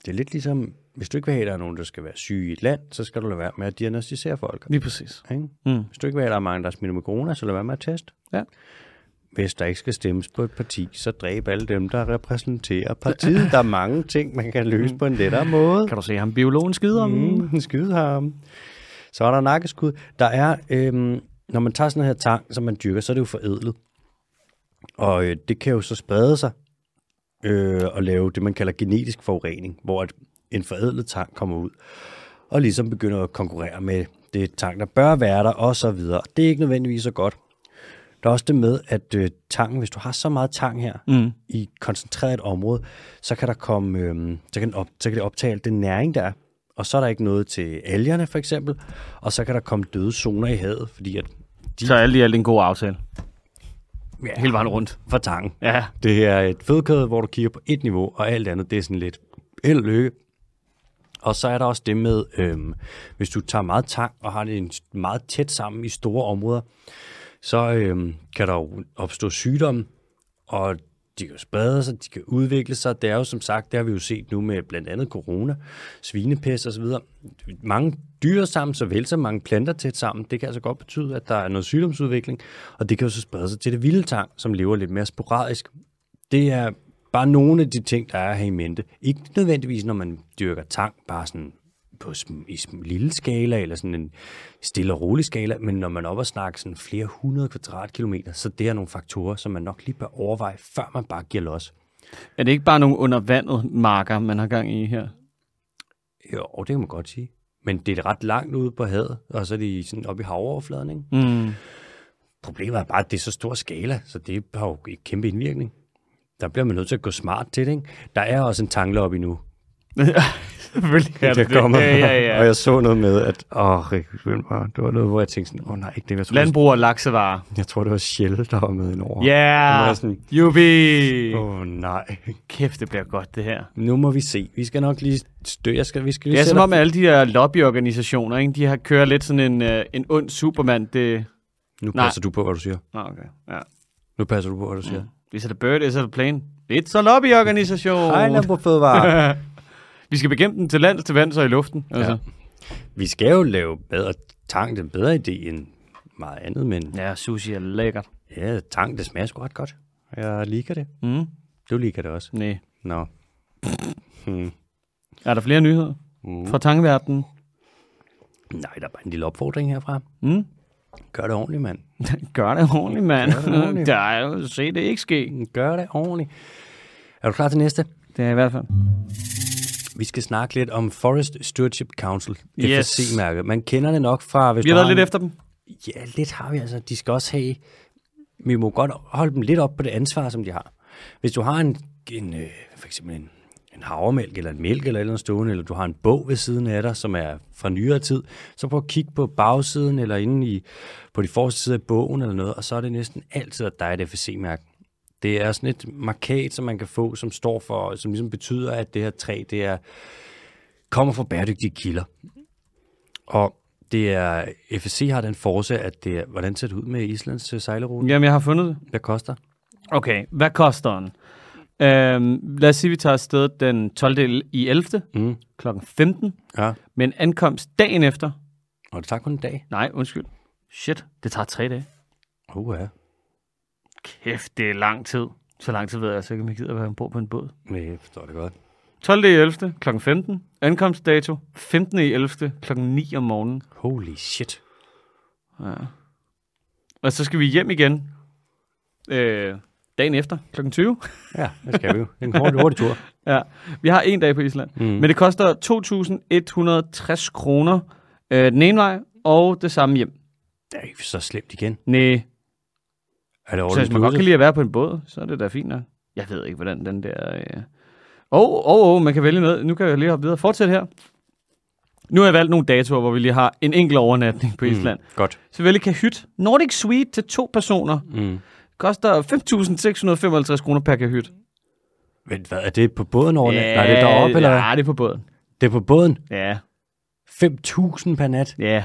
Speaker 1: Det er lidt ligesom, hvis du ikke vil have, at der er nogen, der skal være syge i et land, så skal du lade være med at diagnostisere folk.
Speaker 2: Lige præcis.
Speaker 1: Ikke?
Speaker 2: Mm.
Speaker 1: Hvis du ikke vil have, at der er mange, der er smittet med corona, så lad være med at teste.
Speaker 2: Ja.
Speaker 1: Hvis der ikke skal stemmes på et parti, så dræb alle dem, der repræsenterer partiet. Der er mange ting, man kan løse på en lettere måde.
Speaker 2: Kan du se ham biologen skider om? Mm.
Speaker 1: Mm, skyde ham. Så er der nakkeskud. Der er, øhm, når man tager sådan her tang, som man dyrker, så er det jo forædlet. Og øh, det kan jo så sprede sig øh, og lave det, man kalder genetisk forurening, hvor at en forædlet tang kommer ud og ligesom begynder at konkurrere med det tang, der bør være der, og så videre. Det er ikke nødvendigvis så godt. Der er også det med, at øh, tangen, hvis du har så meget tang her mm. i koncentreret et område, så kan der komme, øh, så kan, den op, så kan det optage alt den næring, der er. Og så er der ikke noget til algerne, for eksempel. Og så kan der komme døde zoner i havet, fordi at de
Speaker 2: Så er alt i alt en god aftale.
Speaker 1: Ja.
Speaker 2: Hele vejen rundt.
Speaker 1: for tangen.
Speaker 2: Ja.
Speaker 1: Det er et fødekæde, hvor du kigger på et niveau, og alt andet, det er sådan lidt held og lykke. Og så er der også det med, øhm, hvis du tager meget tang og har det en s- meget tæt sammen i store områder, så øhm, kan der jo opstå sygdomme, og de kan jo sprede sig, de kan udvikle sig. Det er jo som sagt, det har vi jo set nu med blandt andet corona, svinepest osv. Mange dyr sammen, såvel som mange planter tæt sammen, det kan altså godt betyde, at der er noget sygdomsudvikling, og det kan jo så sprede sig til det vilde tang, som lever lidt mere sporadisk. Det er bare nogle af de ting, der er her i mente. Ikke nødvendigvis, når man dyrker tang, bare sådan på sm- i sm- lille skala, eller sådan en stille og rolig skala, men når man er oppe og snakker sådan flere hundrede kvadratkilometer, så det er nogle faktorer, som man nok lige bør overveje, før man bare giver los.
Speaker 2: Er det ikke bare nogle undervandet marker, man har gang i her?
Speaker 1: Jo, det kan man godt sige. Men det er ret langt ude på havet, og så er det sådan oppe i havoverfladen, ikke?
Speaker 2: Mm.
Speaker 1: Problemet er bare, at det er så stor skala, så det har jo et kæmpe indvirkning. Der bliver man nødt til at gå smart til det, ikke? Der er også en tangle op endnu.
Speaker 2: Selvfølgelig
Speaker 1: der
Speaker 2: er det det.
Speaker 1: kommer.
Speaker 2: Ja, ja,
Speaker 1: [LAUGHS] Og
Speaker 2: ja.
Speaker 1: jeg så noget med, at åh, Rikke, skyld mig. Det var noget, hvor jeg tænkte sådan, åh nej, ikke det, jeg tror, Land...
Speaker 2: Landbrug og laksevarer.
Speaker 1: jeg tror det var Shell, der var med indover. Det var
Speaker 2: Ja,
Speaker 1: sådan-
Speaker 2: yeah. jubi.
Speaker 1: Åh nej.
Speaker 2: Kæft, det bliver godt, det her.
Speaker 1: Nu må vi se. Vi skal nok lige stø. Jeg skal, vi skal lige
Speaker 2: Det er som
Speaker 1: sætte-
Speaker 2: om alle de der lobbyorganisationer, ikke? de har kører lidt sådan en, øh, en ond supermand. Det...
Speaker 1: Nu
Speaker 2: Nej.
Speaker 1: passer du på, hvad du siger.
Speaker 2: Nå, okay. Ja.
Speaker 1: Nu passer du på, hvad du siger.
Speaker 2: Mm. Is it a bird, is it a plane? It's a lobbyorganisation.
Speaker 1: Hej, Landbrug Fødevare.
Speaker 2: Vi skal bekæmpe den til lands, til vands og i luften. Altså.
Speaker 1: [LAUGHS] vi skal jo lave bedre tang. Det er en bedre idé end meget andet, men
Speaker 2: Ja. ja, sushi er lækkert.
Speaker 1: ja, tang, det smager sgu ret godt. Jeg liker det.
Speaker 2: Mm.
Speaker 1: Du liker det også.
Speaker 2: Nej.
Speaker 1: Nå. Hmm.
Speaker 2: Er der flere nyheder
Speaker 1: Mm.
Speaker 2: fra tangverdenen? [LAUGHS]
Speaker 1: Nej, der er bare en lille opfordring herfra.
Speaker 2: Mm?
Speaker 1: Gør det ordentligt, mand.
Speaker 2: Gør det ordentligt, mand.
Speaker 1: Gør det ordentligt.
Speaker 2: Der er jo se det ikke ske.
Speaker 1: Gør det ordentligt. Er du klar til næste?
Speaker 2: Det er i hvert fald.
Speaker 1: Vi skal snakke lidt om Forest Stewardship Council,
Speaker 2: Yes.
Speaker 1: FSC-mærket. Man kender det nok fra... Hvis
Speaker 2: Vi har
Speaker 1: du
Speaker 2: været
Speaker 1: en-
Speaker 2: lidt efter dem.
Speaker 1: Ja, lidt har vi altså. De skal også have... Vi må godt holde dem lidt op på det ansvar, som de har. Hvis du har en, en øh, for eksempel en, en havremælk, eller en mælk, eller et eller andet stående, eller du har en bog ved siden af dig, som er fra nyere tid, så prøv at kigge på bagsiden, eller inde i, på de forreste sider af bogen, eller noget, og så er det næsten altid, at der er et FSC-mærke. Det er sådan et markat, som man kan få, som står for, som ligesom betyder, at det her træ, det er, kommer fra bæredygtige kilder. Og det er, FSC har den force, at det er, hvordan ser det ud med Islands øh, sejlerute?
Speaker 2: Jamen, jeg har fundet det.
Speaker 1: Hvad koster?
Speaker 2: Okay, hvad koster den? Øhm, lad os sige, at vi tager afsted den 12. i 11.
Speaker 1: Mm.
Speaker 2: klokken 15,
Speaker 1: Ja,
Speaker 2: men ankomst dagen efter.
Speaker 1: og det tager kun en dag.
Speaker 2: Nej, undskyld. Shit, det tager tre dage.
Speaker 1: Uh, ja.
Speaker 2: Kæft, det er lang tid. Så lang tid ved jeg altså ikke, om jeg gider være ombord på en båd.
Speaker 1: Nej, jeg forstår det godt.
Speaker 2: 12. i 11. kl. 15. Ankomstdato 15. i 11. kl. 9 om morgenen.
Speaker 1: Holy shit.
Speaker 2: Ja. Og så skal vi hjem igen øh, dagen efter kl. 20.
Speaker 1: Ja, det skal vi jo. Det er en kort, hurtig tur.
Speaker 2: Ja, vi har en dag på Island. Mm. Men det koster 2.160 kroner øh, den ene vej, og det samme hjem.
Speaker 1: [LAUGHS] Det er ikke så slemt igen.
Speaker 2: Næh,
Speaker 1: Er det
Speaker 2: så hvis man godt kan lide at være på en båd, så er det da fint nok. Jeg ved ikke, hvordan den der... øh. Åh, øh... oh, oh, man kan vælge noget. Nu kan jeg lige hoppe videre. Fortsæt her. Nu har jeg valgt nogle datoer, hvor vi lige har en enkelt overnatning på Island. Mm.
Speaker 1: Godt.
Speaker 2: Så vælger kahyt. Nordic Suite til to personer.
Speaker 1: Mm.
Speaker 2: Koster 5.655 kroner per kahyt.
Speaker 1: Men hvad, er det på båden over nat? Nej, det er deroppe, eller hvad?
Speaker 2: Ja, det er på båden.
Speaker 1: Det er på båden.
Speaker 2: Ja,
Speaker 1: 5.000 per nat.
Speaker 2: ja.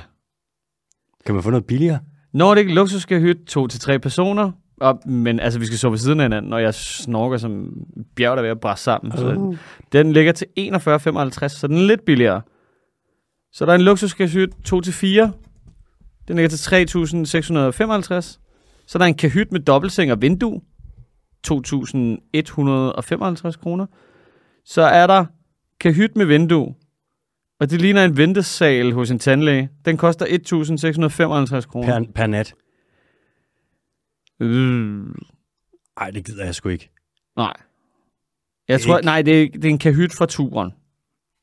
Speaker 1: Kan man få noget billigere?
Speaker 2: Nordic luksuskahyt, to til tre personer. Og, men altså, vi skal sove ved siden af hinanden, og jeg snorker som et bjerg, der er ved at brasse sammen. Så, den ligger til 41,55, så den er lidt billigere. Så der er en luksuskahyt, to til fire. Den ligger til 3.655. Så der er en kahyt med dobbeltseng og vindue. 2.155 kroner. Så er der kahyt med vindue. Og det ligner en ventesal hos en tandlæge. Den koster Mm. 1.655 kroner.
Speaker 1: Per, per nat.
Speaker 2: Mm.
Speaker 1: Ej, det gider jeg sgu ikke.
Speaker 2: Øh, Nej. Jeg
Speaker 1: Det er
Speaker 2: tror,
Speaker 1: ikke-
Speaker 2: nej, det er, det er en kahyt fra turen.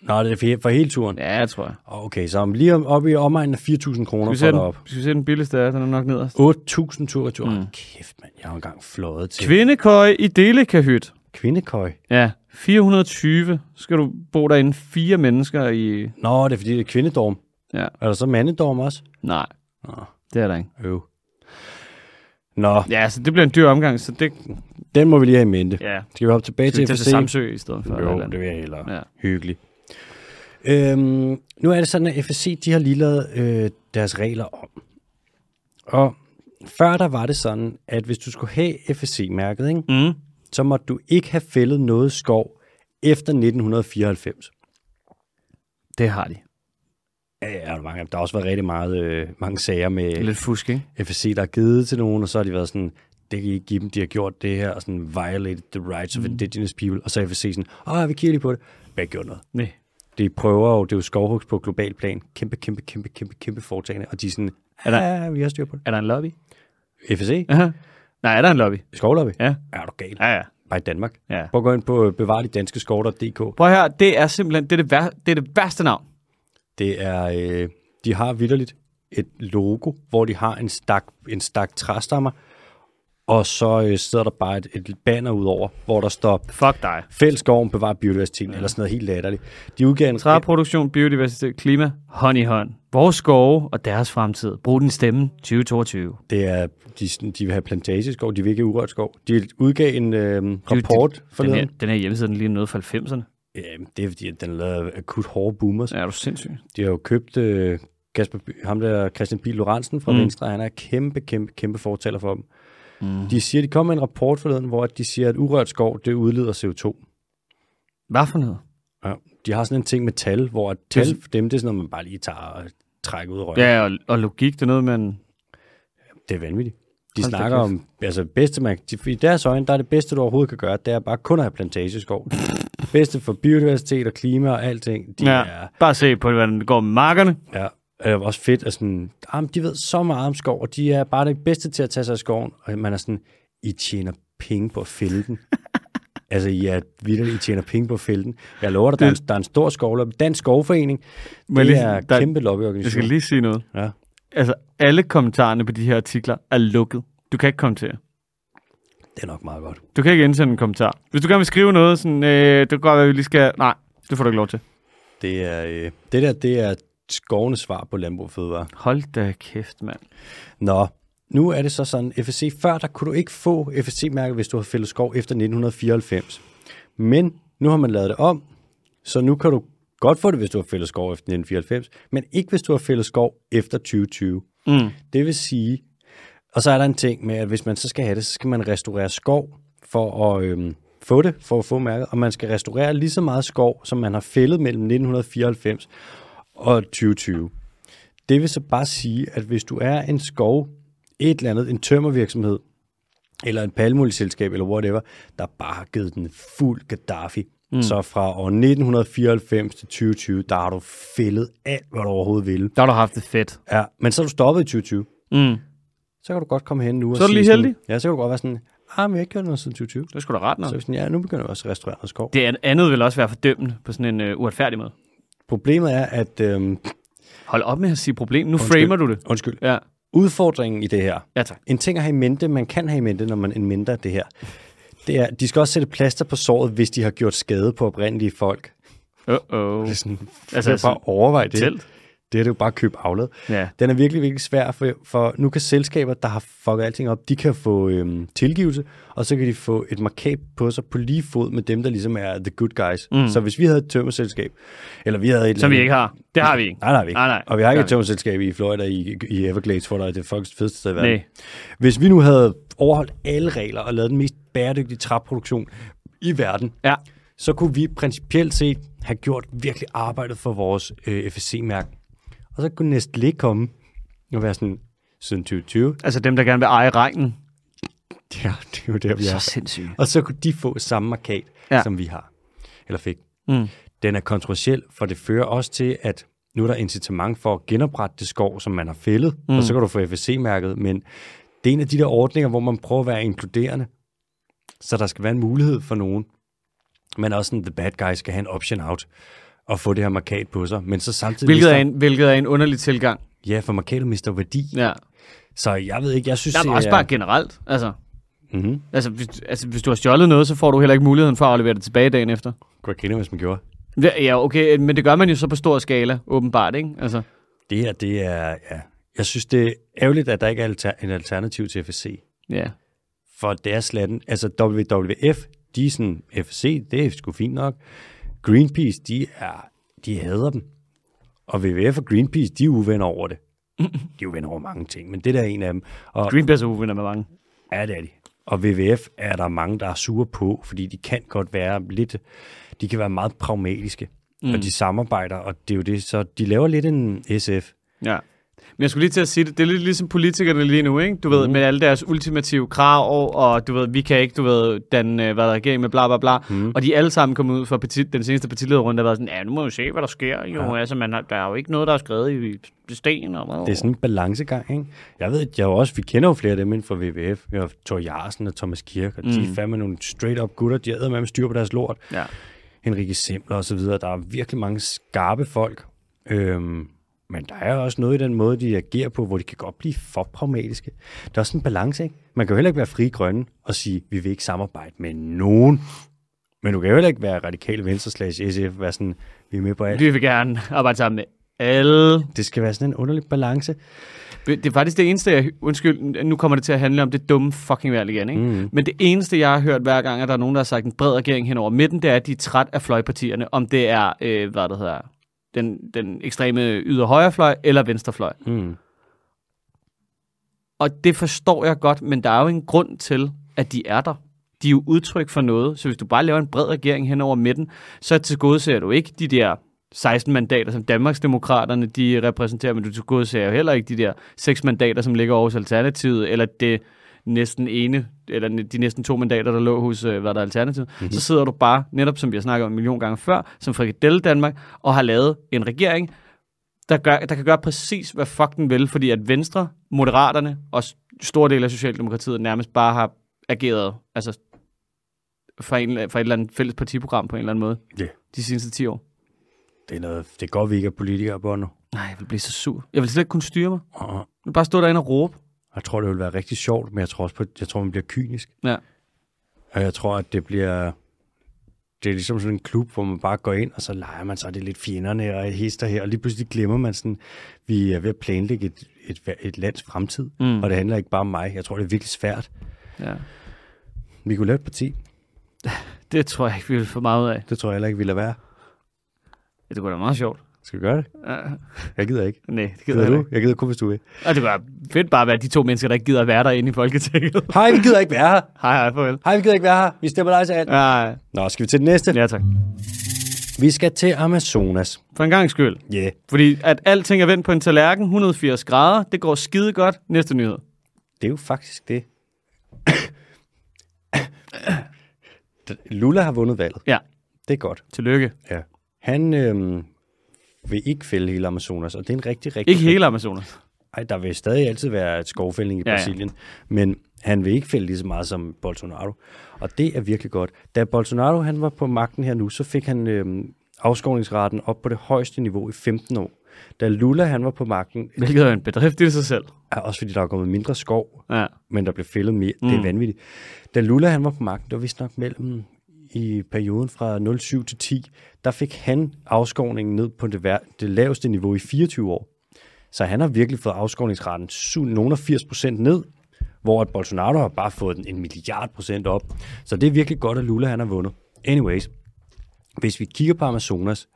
Speaker 1: Nå, det er for, for hele turen.
Speaker 2: Ja, jeg tror jeg.
Speaker 1: Åh, Okay, så om lige om- oppe i omegnen af 4.000
Speaker 2: Skal
Speaker 1: kroner
Speaker 2: vi
Speaker 1: får
Speaker 2: se
Speaker 1: du op.
Speaker 2: den, skal vi se den billigste af? Den er nok nederst.
Speaker 1: 8.000 tur retur.
Speaker 2: Mm.
Speaker 1: Mm. Kæft, mand. Jeg har jo engang fløjet til
Speaker 2: Kvindekøj i delekahyt.
Speaker 1: kvindekøj.
Speaker 2: Ja, 420. Skal du bo derinde fire mennesker i...
Speaker 1: Nå, det er fordi, det er kvindedorm.
Speaker 2: Ja.
Speaker 1: Er der så mandedorm også?
Speaker 2: Nej,
Speaker 1: Nå,
Speaker 2: det er der ikke.
Speaker 1: øv. Nå,
Speaker 2: Ja, så det bliver en dyr omgang, så det...
Speaker 1: den må vi lige have i mente.
Speaker 2: Ja,
Speaker 1: Skal vi hoppe tilbage
Speaker 2: skal
Speaker 1: til
Speaker 2: vi tage
Speaker 1: FSC?
Speaker 2: til Samsø i stedet for?
Speaker 1: Jo,
Speaker 2: eller
Speaker 1: det
Speaker 2: andet?
Speaker 1: vil jeg hellere.
Speaker 2: Ja.
Speaker 1: Ja. Hyggeligt. Øhm, nu er det sådan, at FSC de har lige lavet øh, deres regler om. Og før der var det sådan, at hvis du skulle have FSC-mærket, ikke,
Speaker 2: Mm.
Speaker 1: så måtte du ikke have fældet noget skov efter 1994.
Speaker 2: Det har de.
Speaker 1: Ja, ja, der, er mange, der har også været rigtig meget, øh, mange sager med
Speaker 2: Lidt fusk, ikke?
Speaker 1: FSC, der er givet til nogen, og så har de været sådan, det kan I ikke give dem, de har gjort det her, og sådan violated the rights of indigenous people, og så er FSC sådan, åh, vi kigger lige på det, men jeg gjorde noget.
Speaker 2: Nej.
Speaker 1: de prøver jo, det er jo skovhugs på global plan. Kæmpe, kæmpe, kæmpe, kæmpe, kæmpe foretagende. Og de er sådan,
Speaker 2: Er der-
Speaker 1: ja, vi har styr på det.
Speaker 2: Er der en lobby?
Speaker 1: FSC,
Speaker 2: Aha. Nej, er der en lobby?
Speaker 1: skovlobby.
Speaker 2: Ja.
Speaker 1: Er du gal?
Speaker 2: Ja, ja.
Speaker 1: Bare i Danmark.
Speaker 2: ja.
Speaker 1: Prøv at gå ind på øh, bevardedanskeskov.dk.
Speaker 2: Prøv her, det er simpelthen det, er det, vær, det, er det værste navn.
Speaker 1: Det er, øh, de har vidderligt et logo, hvor de har en stak, en stak træstammer, og så øh, sidder der bare et, et banner ud over, hvor der står
Speaker 2: Fuck dig.
Speaker 1: Fældskoven bevarer biodiversiteten, ja. eller sådan noget helt latterligt. De udgav en
Speaker 2: Træproduktion, biodiversitet, klima, hånd i hånd. Vores skove og deres fremtid. Brug din stemme 2022.
Speaker 1: Det er, de, de vil have plantageskov, de vil ikke have urørt skov. De udgav en øh,
Speaker 2: de-
Speaker 1: rapport
Speaker 2: Den
Speaker 1: forleden.
Speaker 2: her, den her hjemmeside, den ligner noget fra 90'erne.
Speaker 1: Ja, det er fordi, at den er lavet af akut hårde boomers. Ja.
Speaker 2: Er du sindssyg?
Speaker 1: De har jo købt øh, Kasper, By- ham der Christian Biel Lorentzen fra
Speaker 2: Mm.
Speaker 1: mm. Venstre, han er kæmpe, kæmpe, kæmpe fortaler for dem. Mm. De siger, de kommer med en rapport forleden, hvor at de siger, at urørt skov, det udleder CO2.
Speaker 2: Hvad for noget?
Speaker 1: Ja. De har sådan en ting med tal, hvor at
Speaker 2: Det er
Speaker 1: tal for dem, det er sådan noget, man bare lige tager og trækker ud af røven. Ja.
Speaker 2: Ja, og, og logik, det er noget, man...
Speaker 1: Det er vanvittigt. De
Speaker 2: Hold da
Speaker 1: snakker om, altså bedste man, de, i deres øjne, der er det bedste, du overhovedet kan gøre, det er bare kun at have
Speaker 2: [LAUGHS]
Speaker 1: plantageskov. bedste for biodiversitet og klima og alting. De ja. er,
Speaker 2: Bare se på, hvordan det går med markerne.
Speaker 1: Ja, og det var også fedt, at sådan, jamen, de ved så meget om skov, og de er bare det bedste til at tage sig af skoven. Og man er sådan, I tjener penge på at fælde
Speaker 2: [LAUGHS]
Speaker 1: den. altså, I er vildt, I tjener penge på at fælde den. Jeg lover dig, der, er en, der er en stor skovlobby. Dansk Skovforening,
Speaker 2: Men
Speaker 1: det
Speaker 2: lige-
Speaker 1: er en
Speaker 2: der-
Speaker 1: kæmpe
Speaker 2: Jeg skal
Speaker 1: lobbyorganisation.
Speaker 2: lige sige noget.
Speaker 1: Ja.
Speaker 2: Altså, alle kommentarerne på de her artikler er lukket. Du kan ikke kommentere.
Speaker 1: Det er nok meget godt.
Speaker 2: Du kan ikke indsende en kommentar. Hvis du gerne vil skrive noget, sådan, øh, det kan godt være, at vi lige skal... Nej, det får du ikke lov til.
Speaker 1: Det, er, øh, det der, det er skovenes svar på landbrug og fødevare.
Speaker 2: Hold da kæft, mand.
Speaker 1: Nå, nu er det så sådan, FSC, før der kunne du ikke få FSC-mærket, hvis du har fældet skov efter 1994. Men nu har man lavet det om, så nu kan du godt få det, hvis du har fældet skov efter 1994, men ikke hvis du har fældet skov efter 2020.
Speaker 2: Mm.
Speaker 1: Det vil sige, og så er der en ting med, at hvis man så skal have det, så skal man restaurere skov for at øhm, få det, for at få mærket, og man skal restaurere lige så meget skov, som man har fældet mellem 1994 og 2020. Det vil så bare sige, at hvis du er en skov, et eller andet, en tømmervirksomhed, eller en palmolieselskab, eller whatever, der bare har givet den fuld Gaddafi. Mm. Så fra år 1994 til 2020, der har du fældet alt, hvad du overhovedet ville.
Speaker 2: Der har du haft det fedt.
Speaker 1: Ja, men så er du stoppet i 2020
Speaker 2: Mm.
Speaker 1: så kan du godt komme hen nu.
Speaker 2: Så er
Speaker 1: og
Speaker 2: du
Speaker 1: sige
Speaker 2: lige
Speaker 1: sådan-
Speaker 2: heldig.
Speaker 1: Ja, så kan du godt være sådan, ah, men jeg har ikke gjort noget siden 2020.
Speaker 2: Det skulle da ret
Speaker 1: Nå. Så er vi sådan, ja, nu begynder vi også at restaurere noget skov. Det.
Speaker 2: Det andet vil også være fordømmende på sådan en øh, uretfærdig måde.
Speaker 1: Problemet er, at, øhm,
Speaker 2: Hold op med at sige problem. Nu framer du det.
Speaker 1: undskyld,
Speaker 2: Ja,
Speaker 1: udfordringen i det her,
Speaker 2: ja tak.
Speaker 1: en ting at have i mente, man kan have i mente, når man en mindre det her, det er, de skal også sætte plaster på såret, hvis de har gjort skade på oprindelige folk.
Speaker 2: Uh-oh.
Speaker 1: Det er sådan,
Speaker 2: Altså,
Speaker 1: altså, jeg bare
Speaker 2: sådan-
Speaker 1: overveje det.
Speaker 2: Telt.
Speaker 1: Det er det jo bare at købe aflad.
Speaker 2: Ja.
Speaker 1: Den er virkelig, virkelig svær, for, for nu kan selskaber, der har fucket alting op, de kan få øhm, tilgivelse, og så kan de få et markat på sig på lige fod med dem, der ligesom er the good guys. Mm. Så hvis vi havde et tømmerselskab, eller vi havde et...
Speaker 2: Som vi ikke har. Det har vi ikke.
Speaker 1: Nej, nej, vi ikke.
Speaker 2: Nej, nej.
Speaker 1: Og vi har ikke
Speaker 2: Nej,
Speaker 1: et tømmerselskab i Florida i, i Everglades, hvor der er det fucking fedeste sted i verden.
Speaker 2: Nej.
Speaker 1: Hvis vi nu havde overholdt alle regler og lavet den mest bæredygtige træproduktion i verden,
Speaker 2: Ja.
Speaker 1: så kunne vi principielt set have gjort virkelig arbejdet for vores øh, FSC-mærke. Og så kunne Nestlé komme og være sådan, siden 2020,
Speaker 2: Altså dem, der gerne vil eje regnen.
Speaker 1: ja, det er jo der, vi er.
Speaker 2: sindssygt.
Speaker 1: Og så kunne de få samme markat,
Speaker 2: Ja.
Speaker 1: ja. som vi har, eller fik.
Speaker 2: Mm.
Speaker 1: Den er kontroversiel, for det fører også til, at nu er der incitament for at genoprette det skov, som man har fældet, mm. og så kan du få FSC-mærket, men det er en af de der ordninger, hvor man prøver at være inkluderende, Så der skal være en mulighed for nogen. Men også sådan, the bad guy skal have en option out og få det her markat på sig. Men så samtidig...
Speaker 2: Hvilket
Speaker 1: mister,
Speaker 2: er, en, hvilket er en underlig tilgang.
Speaker 1: Ja, for markatet mister værdi. Ja.
Speaker 2: Ja.
Speaker 1: Så jeg ved ikke, jeg synes...
Speaker 2: Der er
Speaker 1: det
Speaker 2: også
Speaker 1: er-
Speaker 2: bare generelt. Altså,
Speaker 1: Mhm.
Speaker 2: altså, hvis, altså, hvis du har stjålet noget, så får du heller ikke muligheden for at aflevere det tilbage dagen efter.
Speaker 1: Kunne jeg grine, hvis man gjorde.
Speaker 2: Ja, Ja, okay, men det gør man jo så på stor skala, åbenbart, ikke? Altså,
Speaker 1: Det her, det er... Ja. Jeg synes, det er ærgerligt, at der ikke er alter- en alternativ til FSC.
Speaker 2: ja.
Speaker 1: For det er slatten. Altså WWF, de er sådan, FSC, det er sgu fint nok. Greenpeace, de er, de hader dem. Og WWF og Greenpeace, de er uvenner over det. De er uvenner over mange ting, men det der er en af dem. Og
Speaker 2: Green Bears er uvinder med mange.
Speaker 1: Ja, det er de. Og WWF er der mange, der er sure på, fordi de kan godt være lidt, de kan være meget pragmatiske, mm. og de samarbejder, og det er jo det, så de laver lidt en SF.
Speaker 2: Ja. Men jeg skulle lige til at sige det, det er lidt ligesom politikerne lige nu, ikke? Du ved,
Speaker 1: Mhm.
Speaker 2: mm. med alle deres ultimative krav, og du ved, vi kan ikke, du ved, den, øh, hvad der er regering med bla bla bla.
Speaker 1: Mhm.
Speaker 2: Mm. Og de er alle sammen kommet ud fra parti, den seneste partilederrunde, der har været sådan, ja, nu må vi se, hvad der sker, jo. Ja. Altså, man har, der er jo ikke noget, der er skrevet i sten. Og,
Speaker 1: Det er sådan en balancegang, ikke? Jeg ved, at jeg jo også, vi kender jo flere af dem inden for WWF. Vi har Thor Jarsen og Thomas Kirk, og de er fandme nogle straight-up gutter, de æder med dem styr på deres lort.
Speaker 2: Ja.
Speaker 1: Henrike Semmler og så videre. Der er virkelig mange skarpe folk. Øhm, men der er også noget i den måde, de agerer på, hvor de kan godt blive for pragmatiske. Der er sådan en balance, ikke? Man kan jo heller ikke være fri grønne og sige, vi vil ikke samarbejde med nogen. Men du kan jo heller ikke være radikal venstre slash SF, være sådan, vi er med på alt.
Speaker 2: Vi vil gerne arbejde sammen med alle.
Speaker 1: Det skal være sådan en underlig balance.
Speaker 2: Det er faktisk det eneste, jeg... Undskyld, nu kommer det til at handle om det dumme fucking valg igen, ikke? Mm. Men det eneste, jeg har hørt hver gang, at der er nogen, der har sagt en bred regering hen over midten, det er, at de er træt af fløjpartierne, om det er, øh, hvad det hedder, den, den ekstreme yder højrefløj eller venstrefløj.
Speaker 1: Mm.
Speaker 2: Og det forstår jeg godt, men der er jo en grund til, at de er der. De er jo udtryk for noget, så hvis du bare laver en bred regering hen over midten, så tilgodeser du ikke de der 16 mandater, som Danmarksdemokraterne de repræsenterer, men du tilgodeser jo heller ikke de der 6 mandater, som ligger over hos Alternativet, eller det næsten ene, eller de næsten to mandater, der lå hos, øh, hvad der er Alternativet. Mm-hmm. Så sidder du bare, netop som vi har snakket om en million gange før, som Frikadelle Danmark, og har lavet en regering, der, gør, der kan gøre præcis, hvad fuck den vil, fordi at Venstre, Moderaterne og s- store dele af Socialdemokratiet nærmest bare har ageret altså, for, en, for et eller andet fælles partiprogram på en eller anden måde
Speaker 1: Ja, yeah.
Speaker 2: de seneste 10 år.
Speaker 1: det er noget, det går vi ikke er politikere på nu.
Speaker 2: Nej, jeg vil blive så sur. Jeg vil slet ikke kunne styre mig.
Speaker 1: Og
Speaker 2: Jeg vil bare stå derinde og råbe.
Speaker 1: Jeg tror, det vil være rigtig sjovt, men jeg tror også på, jeg tror, man bliver kynisk.
Speaker 2: Ja.
Speaker 1: Og jeg tror, at det bliver... Det er ligesom sådan en klub, hvor man bare går ind, og så leger man så det er lidt fjenderne og hister her, og lige pludselig glemmer man sådan, vi er ved at planlægge et, et, et lands fremtid, mm. og det handler ikke bare om mig. Jeg tror, det er virkelig svært.
Speaker 2: Ja.
Speaker 1: Vi kunne lave et parti.
Speaker 2: Det tror jeg ikke, vi vil få meget ud af.
Speaker 1: Det tror jeg heller ikke, vi lader være.
Speaker 2: Ja, det kunne da være meget sjovt.
Speaker 1: Skal vi gøre det?
Speaker 2: Ja.
Speaker 1: Jeg gider ikke.
Speaker 2: Nej, det gider
Speaker 1: Gider
Speaker 2: jeg
Speaker 1: du?
Speaker 2: ikke.
Speaker 1: Jeg gider kun, hvis du vil.
Speaker 2: Og det var fedt bare at være de to mennesker, der ikke gider at være derinde i Folketinget. [LAUGHS]
Speaker 1: Hej, vi gider ikke være her.
Speaker 2: hej, hej, farvel.
Speaker 1: Hej, vi gider ikke være her. Vi stemmer dig til alt.
Speaker 2: Ja,
Speaker 1: Nå, skal vi til det næste?
Speaker 2: ja, tak.
Speaker 1: Vi skal til Amazonas.
Speaker 2: For en gang skyld.
Speaker 1: Ja. Yeah.
Speaker 2: Fordi at alting er vendt på en tallerken, 180 grader, det går skide godt. Næste nyhed.
Speaker 1: Det er jo faktisk det. [COUGHS] Lula har vundet valget.
Speaker 2: Ja,
Speaker 1: Det er godt.
Speaker 2: tillykke.
Speaker 1: Ja. Han øhm, vil ikke fælde hele Amazonas, og det er en rigtig, rigtig...
Speaker 2: Ikke hele Amazonas.
Speaker 1: Ej, der vil stadig altid være et skovfældning i
Speaker 2: Ja, ja.
Speaker 1: Brasilien, men han vil ikke fælde lige så meget som Bolsonaro, og det er virkelig godt. Da Bolsonaro han var på magten her nu, så fik han øhm, afskovningsraten op på det højeste niveau i 15 år. Da Lula han var på magten,
Speaker 2: Hvilket er en bedrift i sig selv.
Speaker 1: er også fordi der er kommet mindre skov,
Speaker 2: Ja.
Speaker 1: men der blev fældet mere. Mm. Det er vanvittigt. Da Lula han var på magten, det var vist nok mellem i perioden fra 07 til 10, der fik han afskovningen ned på det, vær- det laveste niveau i 24 år. Så han har virkelig fået afskovningsraten su- nogle af 80 procent ned, hvor at Bolsonaro har bare fået den en milliard procent op. Så det er virkelig godt, at Lula han har vundet. Anyways, hvis vi kigger på Amazonas,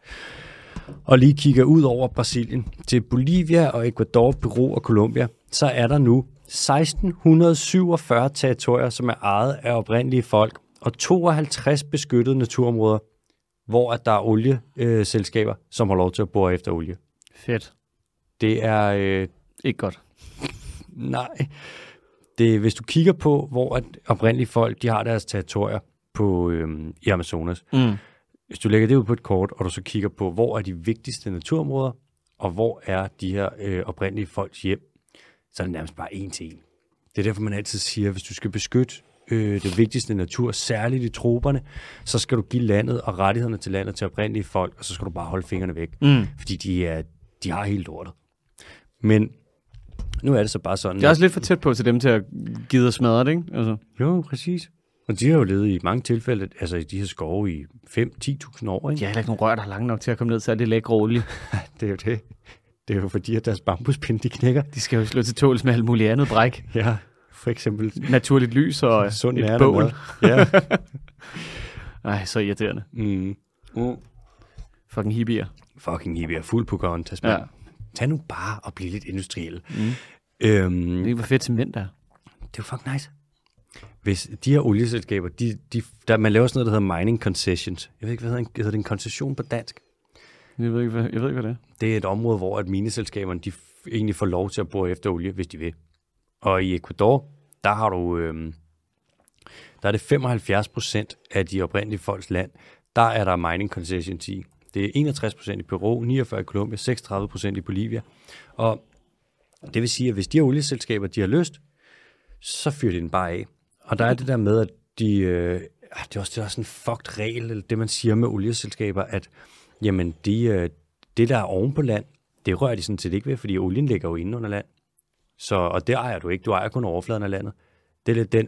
Speaker 1: og lige kigger ud over Brasilien til Bolivia og Ecuador, Peru og Colombia, så er der nu 1647 territorier, som er ejet af oprindelige folk, og 52 beskyttede naturområder, hvor at der er olieselskaber, som har lov til at bore efter olie.
Speaker 2: Fedt.
Speaker 1: Det er øh,
Speaker 2: Ikke godt.
Speaker 1: Nej. Det, er, hvis du kigger på, hvor at oprindelige folk de har deres territorier på, øhm, i Amazonas,
Speaker 2: Mm.
Speaker 1: hvis du lægger det ud på et kort, og du så kigger på, hvor er de vigtigste naturområder, og hvor er de her øh, oprindelige folks hjem, så er det nærmest bare en til en. Det er derfor, man altid siger, at hvis du skal beskytte øh, det vigtigste natur, særligt i troberne, så skal du give landet og rettighederne til landet til oprindelige folk, og så skal du bare holde fingrene væk,
Speaker 2: Mm.
Speaker 1: fordi de, er, de har helt lortet. Men nu er det så bare sådan...
Speaker 2: Det er
Speaker 1: at-
Speaker 2: også lidt for tæt på til dem til at gide at smadre det, ikke? Altså.
Speaker 1: Jo, præcis. Og de har jo levet i mange tilfælde, altså i de her skove i 5-10.000 år, ikke?
Speaker 2: De har heller ikke nogen rør, der er lange nok til at komme ned til alt det lækre olie.
Speaker 1: Det er jo det. Det er jo fordi, at deres bambuspinde, de knækker.
Speaker 2: De skal jo slå til tåls med alt muligt andet bræk.
Speaker 1: Ja, for eksempel
Speaker 2: Naturligt lys
Speaker 1: [LAUGHS]
Speaker 2: og
Speaker 1: sund
Speaker 2: et
Speaker 1: nærende
Speaker 2: bål.
Speaker 1: mad. Ja. [LAUGHS]
Speaker 2: Nej, så irriterende.
Speaker 1: Mm. Mm.
Speaker 2: Fucking hippier.
Speaker 1: Fucking hippie er fuld på gården, Tasman.
Speaker 2: Ja.
Speaker 1: Ja. Tag nu bare og blive lidt industriel. Mm. Øhm,
Speaker 2: Det er hvor fedt cement der. er.
Speaker 1: det er jo fucking nice. Hvis de her olieselskaber, de, de, der, man laver sådan noget, der hedder mining concessions. Jeg ved ikke, hvad hedder, en, hedder det en koncession på dansk?
Speaker 2: Jeg ved ikke, hvad, jeg ved ikke, hvad det er.
Speaker 1: Det er et område, hvor at mineselskaberne de f- egentlig får lov til at bore efter olie, hvis de vil. Og i Ecuador, der har du... Øhm, der er det 75 procent af de oprindelige folks land, der er der mining concessions i. Det er 61 procent i Peru, 49 i Colombia, 36 procent i Bolivia. Og det vil sige, at hvis de her olieselskaber, de har lyst, så fyrer de den bare af. Og der er det der med, at de, øh, ah, det er også, det er også en fucked regel, eller det man siger med olieselskaber, at jamen, de, øh, det der er oven på land, det rører de sådan set ikke ved, fordi olien ligger jo inde under land. Så, og det ejer du ikke, du ejer kun overfladen af landet. Det er lidt den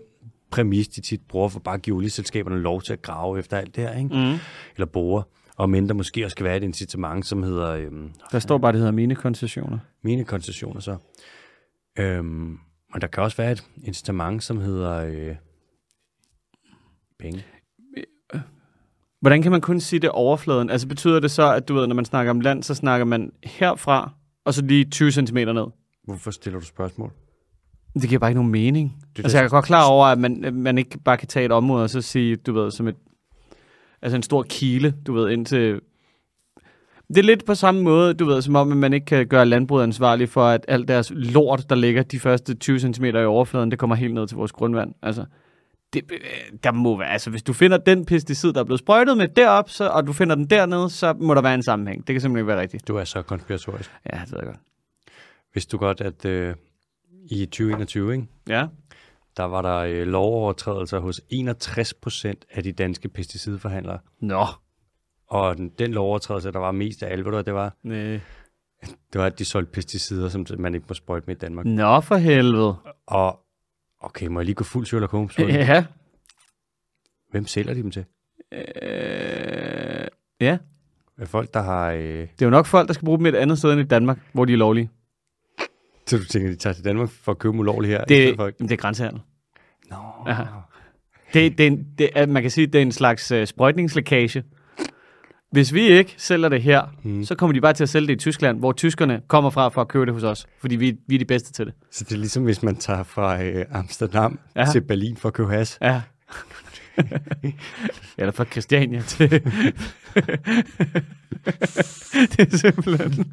Speaker 1: præmis, de tit bruger for bare at give olieselskaberne lov til at grave efter alt det her, ikke? Mm. eller bore. Og mindre måske også skal være et incitament, som hedder, øhm,
Speaker 2: Der står bare, det hedder mine koncessioner.
Speaker 1: mine koncessioner så. Øhm, og der kan også være et incitament, som hedder øh, penge.
Speaker 2: Hvordan kan man kun sige det overfladen? Altså betyder det så, at du ved, når man snakker om land, så snakker man herfra, og så lige 20 cm ned?
Speaker 1: Hvorfor stiller du spørgsmål?
Speaker 2: Det giver bare ikke nogen mening. Det,
Speaker 1: det-
Speaker 2: altså, jeg er godt klar over, at man, at man ikke bare kan tage et område og så sige, du ved, som et, altså en stor kile, du ved, ind til... Det er lidt på samme måde, du ved, som om, at man ikke kan gøre landbruget ansvarlig for, at alt deres lort, der ligger de første 20 cm i overfladen, det kommer helt ned til vores grundvand. Altså, det, øh, der må være, altså hvis du finder den pesticid, der er blevet sprøjtet med derop, så, og du finder den dernede, så må der være en sammenhæng. Det kan simpelthen ikke være rigtigt.
Speaker 1: Du er så konspiratorisk.
Speaker 2: Ja, det ved jeg godt.
Speaker 1: Vidste du godt, at øh, i 2021, ikke,
Speaker 2: Ja.
Speaker 1: der var der øh, lovovertrædelser hos 61 procent af de danske pesticidforhandlere.
Speaker 2: Nå.
Speaker 1: Og den, den lovovertrædelse, der var mest af alle, ved du, hvad det var?
Speaker 2: Næh.
Speaker 1: Det var, at de solgte pesticider, som man ikke må sprøjte med i Danmark.
Speaker 2: Nå for helvede.
Speaker 1: Og okay, må jeg lige gå fuld Sherlock Holmes på [LAUGHS] det?
Speaker 2: Ja.
Speaker 1: Hvem sælger de dem til?
Speaker 2: Øh, ja,
Speaker 1: Er folk, der har... Øh,
Speaker 2: det er jo nok folk, der skal bruge dem et andet sted end i Danmark, hvor de er lovlige.
Speaker 1: Så du tænker, de tager til Danmark for at købe dem ulovligt her? i
Speaker 2: Det,
Speaker 1: stedet for-
Speaker 2: det er grænsehandel.
Speaker 1: Nå.
Speaker 2: Aha. Det, det, er en, det er, man kan sige, det er en slags uh, sprøjtningslækage. Hvis vi ikke sælger det her, mm. så kommer de bare til at sælge det i Tyskland, hvor tyskerne kommer fra for at købe det hos os, fordi vi, vi er de bedste til det.
Speaker 1: Så det er ligesom, hvis man tager fra øh, Amsterdam
Speaker 2: Ja.
Speaker 1: ja. til Berlin for at købe has.
Speaker 2: Ja. Eller fra Christiania til... [LAUGHS] det er simpelthen...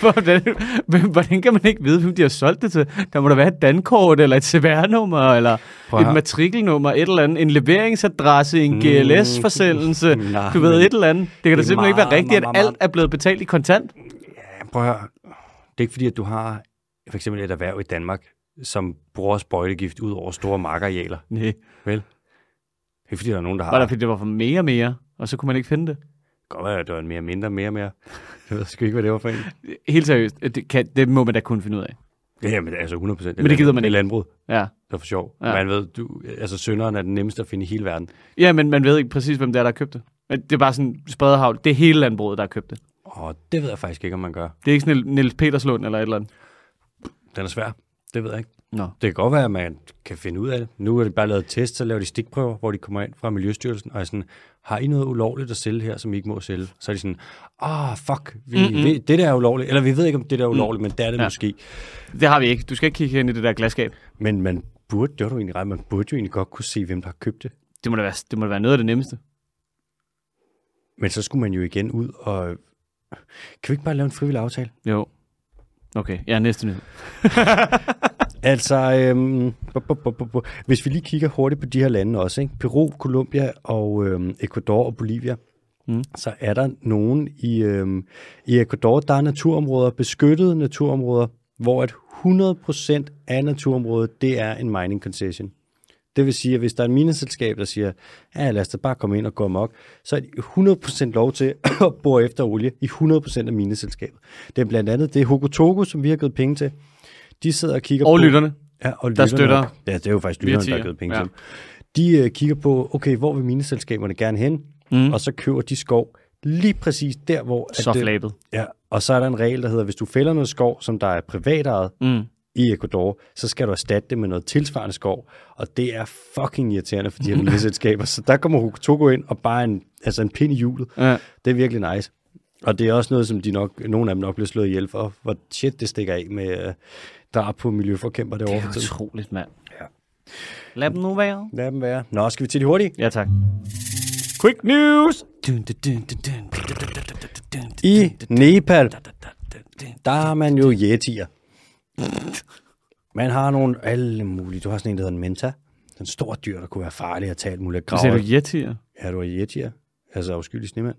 Speaker 2: Hvordan, men hvordan kan man ikke vide, hvem de har solgt det til? Der må der være et dankort, eller et CVR-nummer, eller
Speaker 1: Prøv
Speaker 2: et
Speaker 1: at-
Speaker 2: matrikelnummer, et eller andet, en leveringsadresse, en GLS-forsendelse,
Speaker 1: Mm, nej,
Speaker 2: du ved,
Speaker 1: men
Speaker 2: et eller andet. Det kan da
Speaker 1: det er
Speaker 2: simpelthen ikke
Speaker 1: meget,
Speaker 2: være rigtigt, at
Speaker 1: meget, meget-
Speaker 2: alt er blevet betalt i kontant.
Speaker 1: Ja, prøv at høre. Det er ikke fordi, at du har for eksempel et erhverv i Danmark, som bruger sprøjtegift ud over store markarealer.
Speaker 2: Nej,
Speaker 1: Vel? Det er ikke fordi, der er nogen, der har...
Speaker 2: var der, fordi det var for mere mere, og så kunne man ikke finde det.
Speaker 1: Det kan godt være, at det var en mere mindre, mere mere. Jeg ved sgu ikke, hvad det var for en.
Speaker 2: Helt seriøst, det, kan, det må man da kunne finde ud af.
Speaker 1: Ja, men altså 100 procent.
Speaker 2: Men det gider man
Speaker 1: Det er
Speaker 2: ikke.
Speaker 1: landbrug.
Speaker 2: Ja.
Speaker 1: Det er for sjov.
Speaker 2: Ja.
Speaker 1: Ja. Man ved, du, altså sønderen er den nemmeste at finde i hele verden.
Speaker 2: Ja, men man ved ikke præcis, hvem det er, der har købt det. Men Det er bare sådan spredehavl. Det er hele landbruget, der har købt det.
Speaker 1: Og det ved jeg faktisk ikke, om man gør.
Speaker 2: Det er ikke sådan en Niels Peterslund eller et eller andet.
Speaker 1: Den er svær. Det ved jeg ikke.
Speaker 2: Nå.
Speaker 1: Det kan godt være, at man kan finde ud af det. Nu er det bare lavet test, så laver de stikprøver, hvor de kommer ind fra Miljøstyrelsen og er sådan, har I noget ulovligt at sælge her, som I ikke må sælge? Så er de sådan, ah, oh, fuck, vi, vi, det der er ulovligt. Eller vi ved ikke, om det der er ulovligt, men det er det
Speaker 2: Mm. Ja.
Speaker 1: ja. måske.
Speaker 2: Det har vi ikke. Du skal ikke kigge ind i det der glasskab.
Speaker 1: Men man burde, det var du egentlig ret, man burde jo egentlig godt kunne se, hvem der har købt det.
Speaker 2: Det må da være, det må da være noget af det nemmeste.
Speaker 1: Men så skulle man jo igen ud og... Kan vi ikke bare lave en frivillig aftale?
Speaker 2: Jo. Okay, ja, næste nyhed.
Speaker 1: Altså, øhm, bu- bu- bu- bu- bu- hvis vi lige kigger hurtigt på de her lande også, ikke? Peru, Colombia og øhm, Ecuador og Bolivia,
Speaker 2: Mm.
Speaker 1: mm. så er der nogen i, øhm, i Ecuador, der er naturområder, beskyttede naturområder, hvor at 100% af naturområdet, det er en mining concession. Det vil sige, at hvis der er en mineselskab, der siger, ja, lad os da bare komme ind og gå amok, så er de 100% lov til at bore efter olie i 100% af mineselskabet. Det er blandt andet det er Hokotoku, som vi har givet penge til. De sidder og kigger
Speaker 2: Og
Speaker 1: på...
Speaker 2: lytterne.
Speaker 1: Ja, og
Speaker 2: Der
Speaker 1: lytterne.
Speaker 2: støtter-
Speaker 1: Ja, det er jo faktisk
Speaker 2: Vi er
Speaker 1: lytterne, der har
Speaker 2: tier.
Speaker 1: givet penge
Speaker 2: Ja.
Speaker 1: ja. til. De øh, kigger på, okay, hvor vil mineselskaberne gerne hen? Mm. Og så køber de skov lige præcis der, hvor... at øh,
Speaker 2: Soft
Speaker 1: det-
Speaker 2: label.
Speaker 1: Ja, og så er der en regel, der hedder, hvis du fælder noget skov, som der er privatejet
Speaker 2: Mm.
Speaker 1: i Ecuador, så skal du erstatte det med noget tilsvarende skov, og det er fucking irriterende for
Speaker 2: [LAUGHS]
Speaker 1: de her mineselskaber. Så der kommer Hokutoku ind og bare en, altså en pind i hjulet.
Speaker 2: Ja.
Speaker 1: Det er virkelig nice. Og det er også noget, som de nok, nogle af dem nok bliver slået ihjel for, hvor shit det stikker af med øh, drab på miljøforkæmper derovre. for tiden.
Speaker 2: Utroligt, mand. Ja. Lad dem nu være.
Speaker 1: Lad dem være. Nå, skal vi til de hurtige?
Speaker 2: Ja, tak. Quick news!
Speaker 1: I Nepal, der har man jo yetier. Man har nogle alle mulige. Du har sådan en, der hedder en menta. Den store dyr, der kunne være farlig at tage alt muligt.
Speaker 2: Ser du
Speaker 1: Graver.
Speaker 2: yetier?
Speaker 1: Ja, du har yetier, altså afskyelig snemand.